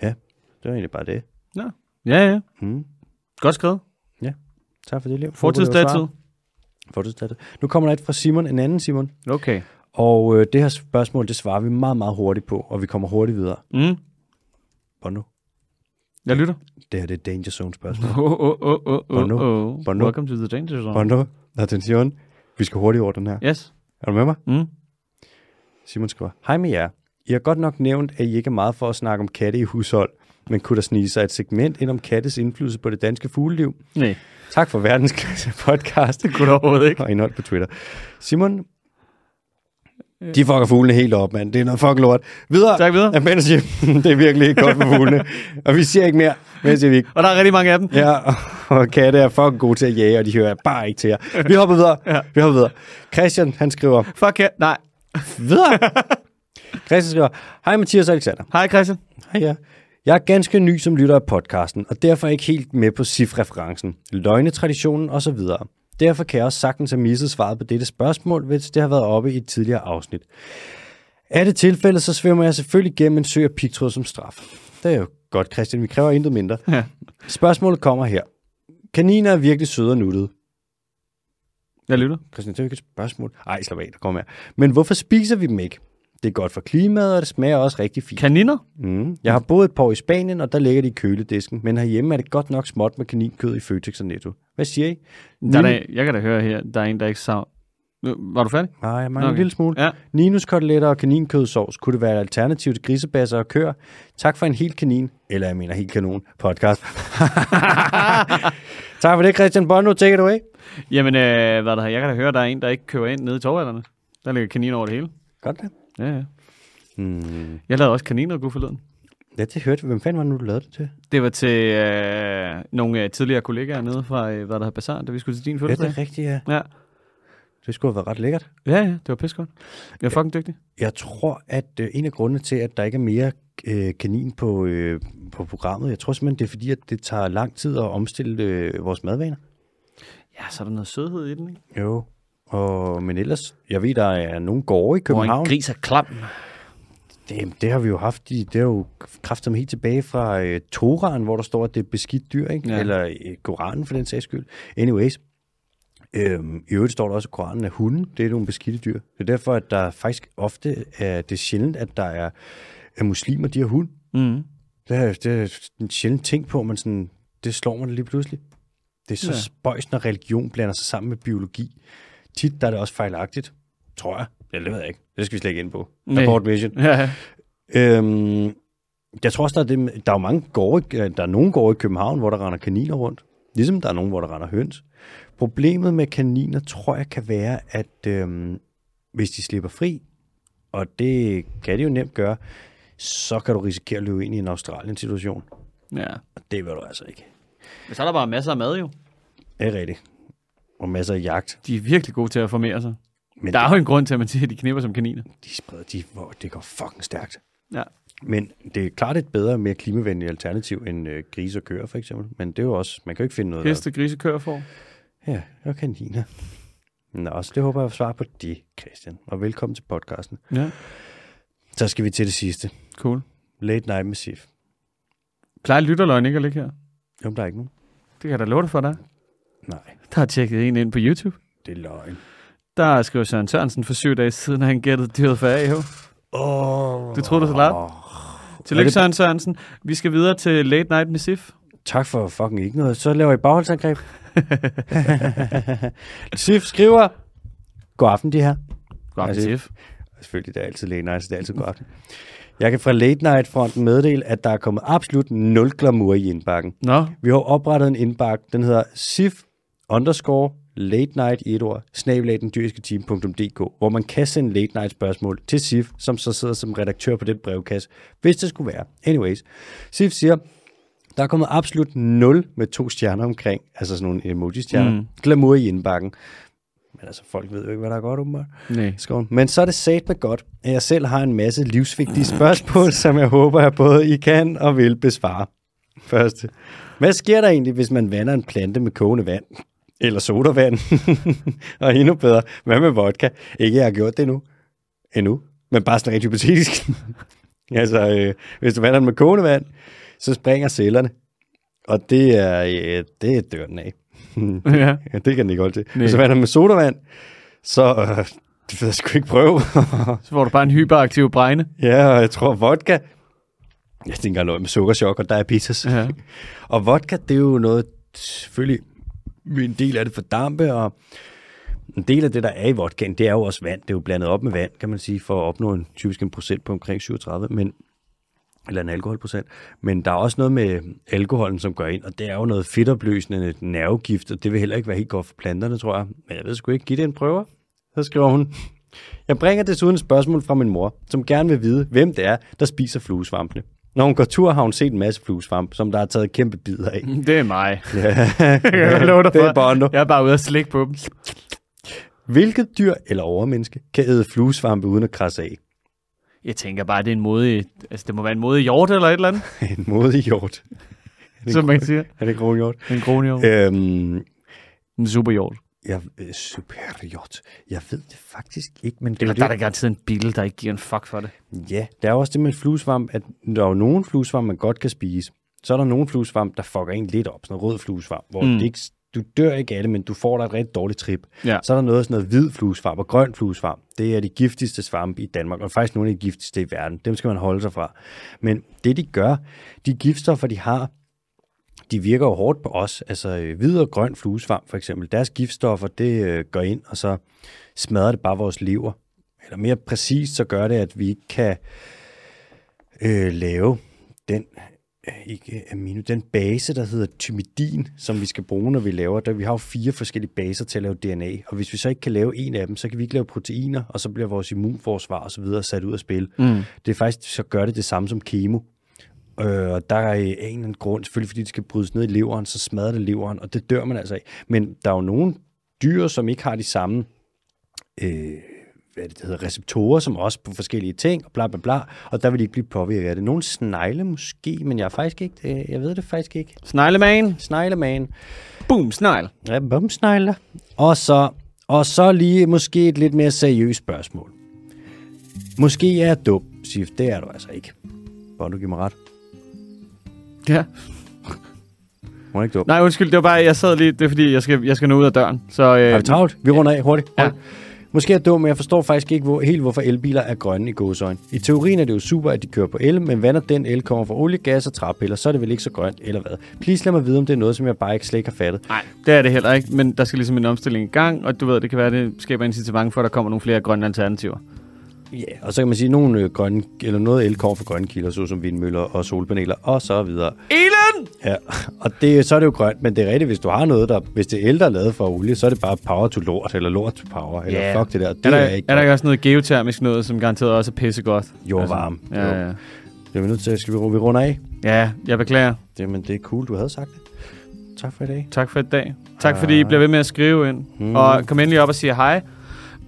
Speaker 1: ja, det var egentlig bare det.
Speaker 2: Ja. Ja, ja.
Speaker 1: Mm.
Speaker 2: Godt skrevet.
Speaker 1: Ja, tak for det, Liv.
Speaker 2: Fortidsdatid.
Speaker 1: Fortidsdatid. Nu kommer der et fra Simon, en anden Simon.
Speaker 2: Okay.
Speaker 1: Og øh, det her spørgsmål, det svarer vi meget, meget hurtigt på, og vi kommer hurtigt videre.
Speaker 2: Mm.
Speaker 1: Bono.
Speaker 2: Jeg lytter.
Speaker 1: Det her, det er Danger Zone spørgsmål.
Speaker 2: Oh, oh, oh, oh,
Speaker 1: Bono.
Speaker 2: oh, oh.
Speaker 1: Bono.
Speaker 2: Welcome to the danger zone.
Speaker 1: Bono, attention. Vi skal hurtigt over den her.
Speaker 2: Yes.
Speaker 1: Er du med mig?
Speaker 2: Mm.
Speaker 1: Simon skriver, hej med jer. I har godt nok nævnt, at I ikke er meget for at snakke om katte i hushold, men kunne der snige sig et segment ind om kattes indflydelse på det danske fugleliv?
Speaker 2: Nej,
Speaker 1: Tak for verdensklasse [LAUGHS] podcast
Speaker 2: det kunne du overhovedet ikke.
Speaker 1: og indhold på Twitter. Simon, de fucker fuglene helt op, mand. Det er noget fucking lort. Videre.
Speaker 2: Øh. Tak, videre.
Speaker 1: Ja, [LAUGHS] Mandership. det er virkelig ikke godt for fuglene. og vi siger ikke mere, men det siger vi ikke.
Speaker 2: Og der er rigtig mange af dem.
Speaker 1: Ja, og katte er fucking gode til at jage, og de hører bare ikke til jer. Vi hopper videre. Ja. Vi hopper videre. Christian, han skriver,
Speaker 2: Fuck ja. Nej.
Speaker 1: videre. Christian skriver, hej Mathias og Alexander.
Speaker 2: Hej Christian.
Speaker 1: Hej ja. Jeg er ganske ny som lytter af podcasten, og derfor ikke helt med på SIF-referencen, løgnetraditionen osv. Derfor kan jeg også sagtens have misset svaret på dette spørgsmål, hvis det har været oppe i et tidligere afsnit. Er det tilfældet, så svømmer jeg selvfølgelig gennem en sø af pigtråd som straf. Det er jo godt, Christian. Vi kræver intet mindre.
Speaker 2: Ja.
Speaker 1: Spørgsmålet kommer her. Kaniner er virkelig søde og nuttede.
Speaker 2: Jeg lytter.
Speaker 1: Christian, det er jo ikke et spørgsmål. Ej, slap af, der kommer her. Men hvorfor spiser vi dem ikke? Det er godt for klimaet, og det smager også rigtig fint.
Speaker 2: Kaniner?
Speaker 1: Mm. Jeg har boet et par år i Spanien, og der ligger de i køledisken, men herhjemme er det godt nok småt med kaninkød i Føtex og Netto. Hvad siger I?
Speaker 2: Der er
Speaker 1: Nine-
Speaker 2: der, jeg kan da høre her, der er en, der ikke savner. Nu, Var du færdig?
Speaker 1: Nej, jeg mangler okay. en
Speaker 2: Okay.
Speaker 1: lille smule.
Speaker 2: Ja.
Speaker 1: Ninuskoteletter og kaninkødsovs, kunne det være et alternativ til grisebasser og køer? Tak for en helt kanin, eller jeg mener helt kanon, podcast. [LAUGHS] tak for det, Christian Bondo. Take it away.
Speaker 2: Jamen, øh, hvad der her? Jeg kan da høre, der er en, der ikke køber ind nede i torvalderne. Der ligger kaniner over det hele.
Speaker 1: Godt da.
Speaker 2: Ja, ja.
Speaker 1: Hmm.
Speaker 2: Jeg lavede også kaniner og forleden.
Speaker 1: Ja, det hørte vi. Hvem fanden var det nu, du lavede det til?
Speaker 2: Det var til øh, nogle øh, tidligere kollegaer nede fra, øh, hvad der hedder Bazaar, da vi skulle til din
Speaker 1: Ja,
Speaker 2: fødselsdag.
Speaker 1: det er rigtigt, ja.
Speaker 2: Ja,
Speaker 1: Det skulle have været ret lækkert.
Speaker 2: ja, ja, det var pissegodt. Jeg er fucking dygtig.
Speaker 1: Jeg tror, at øh, en af grundene til, at der ikke er mere øh, kanin på, øh, på programmet, jeg tror simpelthen, det er fordi, at det tager lang tid at omstille øh, vores madvaner.
Speaker 2: Ja, så er der noget sødhed i den, ikke?
Speaker 1: Jo. Og, men ellers, jeg ved, der er nogle gårde i
Speaker 2: Hvor en
Speaker 1: København.
Speaker 2: gris er klam.
Speaker 1: Det, det har vi jo haft, i, det er jo kræfter helt tilbage fra øh, Toran, hvor der står, at det er beskidt dyr, ikke? Ja.
Speaker 2: Ja.
Speaker 1: eller øh, Koranen for den sags skyld. Anyways, øhm, i øvrigt står der også, at Koranen er hunden, det er nogle beskidte dyr. Det er derfor, at der faktisk ofte er, det er sjældent, at der er at muslimer, de har hund.
Speaker 2: Mm.
Speaker 1: Det er, det er en sjældent ting på, men sådan, det slår mig lige pludselig. Det er så ja.
Speaker 2: Ja.
Speaker 1: spøjs, når religion blander sig sammen med biologi. Tit der er det også fejlagtigt, tror jeg. Ja, det ved jeg ikke. Det skal vi slet ikke ind på.
Speaker 2: Nej.
Speaker 1: Abort mission.
Speaker 2: Ja, ja.
Speaker 1: Øhm, jeg tror også, der er, det, med- der er jo mange gårde, i- øh, der er nogle gårde i København, hvor der render kaniner rundt. Ligesom der er nogen, hvor der render høns. Problemet med kaniner, tror jeg, kan være, at øhm, hvis de slipper fri, og det kan de jo nemt gøre, så kan du risikere at løbe ind i en Australien-situation.
Speaker 2: ja.
Speaker 1: Og det vil du altså ikke.
Speaker 2: Men så er der bare masser af mad, jo.
Speaker 1: Det er rigtigt. Og masser af jagt.
Speaker 2: De er virkelig gode til at formere sig.
Speaker 1: Men
Speaker 2: Der er jo en grund til, at man siger, at de knipper som kaniner.
Speaker 1: de spreder, de, hvor det går fucking stærkt.
Speaker 2: Ja.
Speaker 1: Men det er klart et bedre, mere klimavenligt alternativ end øh, grise og køer, for eksempel. Men det er jo også, man kan jo ikke finde noget. der-
Speaker 2: Heste, grise, køer for.
Speaker 1: Ja, og kaniner. Nå, så det håber jeg at svare på det, Christian. Og velkommen til podcasten.
Speaker 2: Ja,
Speaker 1: Så skal vi til det sidste.
Speaker 2: cool.
Speaker 1: Late Night med Sif.
Speaker 2: Plejer lytterløgn ikke at ligge her?
Speaker 1: Jo, men der er ikke nogen.
Speaker 2: Det kan jeg da love dig for, der er.
Speaker 1: Nej,
Speaker 2: Der har tjekket en ind på YouTube.
Speaker 1: det er løgn.
Speaker 2: Der skrev Søren Sørensen for syv dage siden, at han gættede dyret for AH.
Speaker 1: Åh.
Speaker 2: Du troede, det så langt?
Speaker 1: Er
Speaker 2: Tillykke,
Speaker 1: det-
Speaker 2: Søren Sørensen. Vi skal videre til Late Night med Sif.
Speaker 1: Tak for fucking ikke noget. Så laver I bagholdsangreb. [LAUGHS] Sif skriver, god aften de her.
Speaker 2: Godt
Speaker 1: Altså,
Speaker 2: Sif.
Speaker 1: Selvfølgelig, det er altid late night, så det er altid godt. Jeg kan fra late night fronten meddele, at der er kommet absolut nul glamour i indbakken.
Speaker 2: Nå,
Speaker 1: Vi har oprettet en indbakke, den hedder sif underscore late night i et ord, snabelag den dyriske team.dk, hvor man kan sende late night spørgsmål til Sif, som så sidder som redaktør på den brevkasse, hvis det skulle være. Anyways, Sif siger, der er kommet absolut 0 med to stjerner omkring, altså sådan nogle emoji-stjerner, mm. glamour i indbakken. Men altså, folk ved jo ikke, hvad der er godt, åbenbart.
Speaker 2: nej. [LAUGHS]
Speaker 1: Skoven. Men så er det sat med godt, at jeg selv har en masse livsvigtige spørgsmål, som jeg håber, at både I kan og vil besvare. Første. Hvad sker der egentlig, hvis man vander en plante med kogende vand? Eller sodavand? [LAUGHS] og endnu bedre, hvad med vodka? Ikke, jeg har gjort det endnu. Endnu. Men bare sådan rent hypotetisk. [LAUGHS] altså, øh, hvis du vander den med kogende vand, så springer cellerne. Og det er, øh, det dør den af.
Speaker 2: Ja.
Speaker 1: Ja, det kan den ikke holde til.
Speaker 2: Nej.
Speaker 1: Hvis du vander med sodavand, så øh, det ved jeg sgu ikke prøve. [LAUGHS]
Speaker 2: Så får du bare en hyperaktiv bregne.
Speaker 1: ja, og jeg tror vodka. Jeg tænker noget med sukkerchok og diabetes.
Speaker 2: Ja.
Speaker 1: [LAUGHS] og vodka, det er jo noget, selvfølgelig en del af det for dampe, og en del af det, der er i vodkaen, det er jo også vand. Det er jo blandet op med vand, kan man sige, for at opnå en, typisk en procent på omkring 37, men, eller en alkoholprocent. Men der er også noget med alkoholen, som går ind, og det er jo noget fedtopløsende nervegift, og det vil heller ikke være helt godt for planterne, tror jeg. Men jeg ved sgu ikke, give det en prøver. Så skriver hun, jeg bringer desuden et spørgsmål fra min mor, som gerne vil vide, hvem det er, der spiser fluesvampene. Når hun går tur, har hun set en masse fluesvamp, som der har taget kæmpe bidder
Speaker 2: [LAUGHS]
Speaker 1: af.
Speaker 2: Det er mig.
Speaker 1: Ja,
Speaker 2: Jeg lover
Speaker 1: [LAUGHS]
Speaker 2: dig
Speaker 1: det
Speaker 2: for.
Speaker 1: er Bondo.
Speaker 2: Jeg er bare ude og slikke på dem.
Speaker 1: Hvilket dyr eller overmenneske kan æde fluesvampe uden at krasse af? [LAUGHS]
Speaker 2: Jeg tænker bare, det er en modig... Altså, det må være en modig hjort eller et eller andet,
Speaker 1: En modig hjort. [LAUGHS] Det er
Speaker 2: som man siger.
Speaker 1: Er det kronhjort?
Speaker 2: En kronhjort.
Speaker 1: Øhm,
Speaker 2: En superhjort.
Speaker 1: jeg, øh, superhjort. Jeg ved det faktisk ikke, men det er
Speaker 2: Eller
Speaker 1: jo
Speaker 2: der er
Speaker 1: det.
Speaker 2: da garanteret en bil, der ikke giver en fuck for det.
Speaker 1: Ja, der er også det med fluesvamp, at der er jo nogle fluesvamp, man godt kan spise. Så er der nogle fluesvamp, der fucker en lidt op. Sådan noget rød fluesvamp, hvor
Speaker 2: Mm.
Speaker 1: mm. det ikke, du dør ikke af det, men du får dig et rigtig dårligt trip.
Speaker 2: Ja.
Speaker 1: Så er der noget sådan noget hvid fluesvamp og grøn fluesvamp. Det er de giftigste svampe i Danmark, og faktisk nogle af de giftigste i verden. Dem skal man holde sig fra. Men det, de gør, de giftstoffer, de har, de virker jo hårdt på os. Altså øh, hvid og grøn fluesvamp for eksempel, deres giftstoffer, det øh, går ind, og så smadrer det bare vores lever. Eller mere præcist, så gør det, at vi ikke kan øh, lave den øh, ikke amino, den base, der hedder thymidin, som vi skal bruge, når vi laver. Der, vi har jo fire forskellige baser til at lave DNA, og hvis vi så ikke kan lave en af dem, så kan vi ikke lave proteiner, og så bliver vores immunforsvar osv. sat ud af spil. Mm. Det er faktisk, så gør det det samme som kemo. Øh, og der er øh, af en eller anden grund, selvfølgelig fordi det skal brydes ned i leveren, så smadrer det leveren, og det dør man altså af. Men der er jo nogle dyr, som ikke har de samme øh, hvad er det, det hedder, receptorer, som også på forskellige ting, og bla bla bla, og der vil de ikke blive påvirket af det. Nogle snegle måske, men jeg er faktisk ikke, øh, jeg ved det faktisk ikke.
Speaker 2: Snegleman.
Speaker 1: Snegleman.
Speaker 2: Boom, snegl.
Speaker 1: Ja, bumsnegler. Og så, og så lige måske et lidt mere seriøst spørgsmål. Måske er jeg dum, Sif. Det er du altså ikke. Bare du giver mig ret.
Speaker 2: Ja.
Speaker 1: Hun er ikke dum.
Speaker 2: Nej, undskyld, det var bare, jeg sad lige, det er fordi, jeg skal, jeg skal nå ud af døren. Så, øh,
Speaker 1: Har vi travlt? Vi runder af hurtigt.
Speaker 2: Ja.
Speaker 1: Ja. Måske er jeg dum, men jeg forstår faktisk ikke hvor, helt, hvorfor elbiler er grønne i gåsøjne. I teorien er det jo super, at de kører på el, men hvad når den el kommer fra olie, gas og træpiller, så er det vel ikke så grønt, eller hvad? Please lad mig vide, om det er noget, som jeg bare ikke slet ikke har fattet.
Speaker 2: Nej, det er det heller ikke, men der skal ligesom en omstilling i gang, og du ved, det kan være, det skaber incitament for, at der kommer nogle flere grønne alternativer.
Speaker 1: Ja, yeah. og så kan man sige, at nogle øh, grønne, eller noget el kommer fra grønne kilder, såsom vindmøller og solpaneler, og så videre.
Speaker 2: Elon!
Speaker 1: Ja, [LAUGHS] og det, så er det jo grønt, men det er rigtigt, hvis du har noget, der, hvis det er el, der er lavet fra olie, så er det bare power to lort, eller lort to power, eller
Speaker 2: Ja.
Speaker 1: fuck det der. Det
Speaker 2: Er
Speaker 1: er,
Speaker 2: der,
Speaker 1: ikke
Speaker 2: er der ikke også noget geotermisk noget, som garanteret også er pissegodt?
Speaker 1: Jordvarme.
Speaker 2: Altså, ja, ja.
Speaker 1: Det er vi nødt til, skal vi, ru- vi runde af?
Speaker 2: ja, jeg beklager.
Speaker 1: Jamen, det er cool, du havde sagt det. Tak for i dag.
Speaker 2: Tak for i dag. Tak fordi I bliver ved med at skrive ind. Mm. Og kom endelig op og sige hej.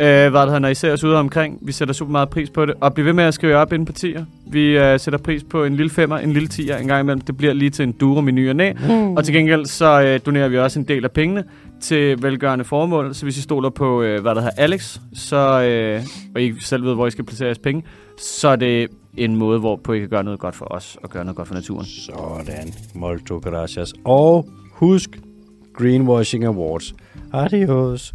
Speaker 2: Øh, hvad det hedder, når I ser os ude omkring. Vi sætter super meget pris på det. Og bliv ved med at skrive op inden på tier. Vi øh, sætter pris på en lille femmer, en lille tier en gang imellem. Det bliver lige til en duro menu og næ. Mm. Og til gengæld så øh, donerer vi også en del af pengene til velgørende formål. Så hvis I stoler på, øh, hvad der hedder Alex, så, øh, og I selv ved, hvor I skal placere jeres penge, så er det en måde, hvorpå I kan gøre noget godt for os og gøre noget godt for naturen.
Speaker 1: Sådan. Molto gracias. Og husk Greenwashing Awards. Adios.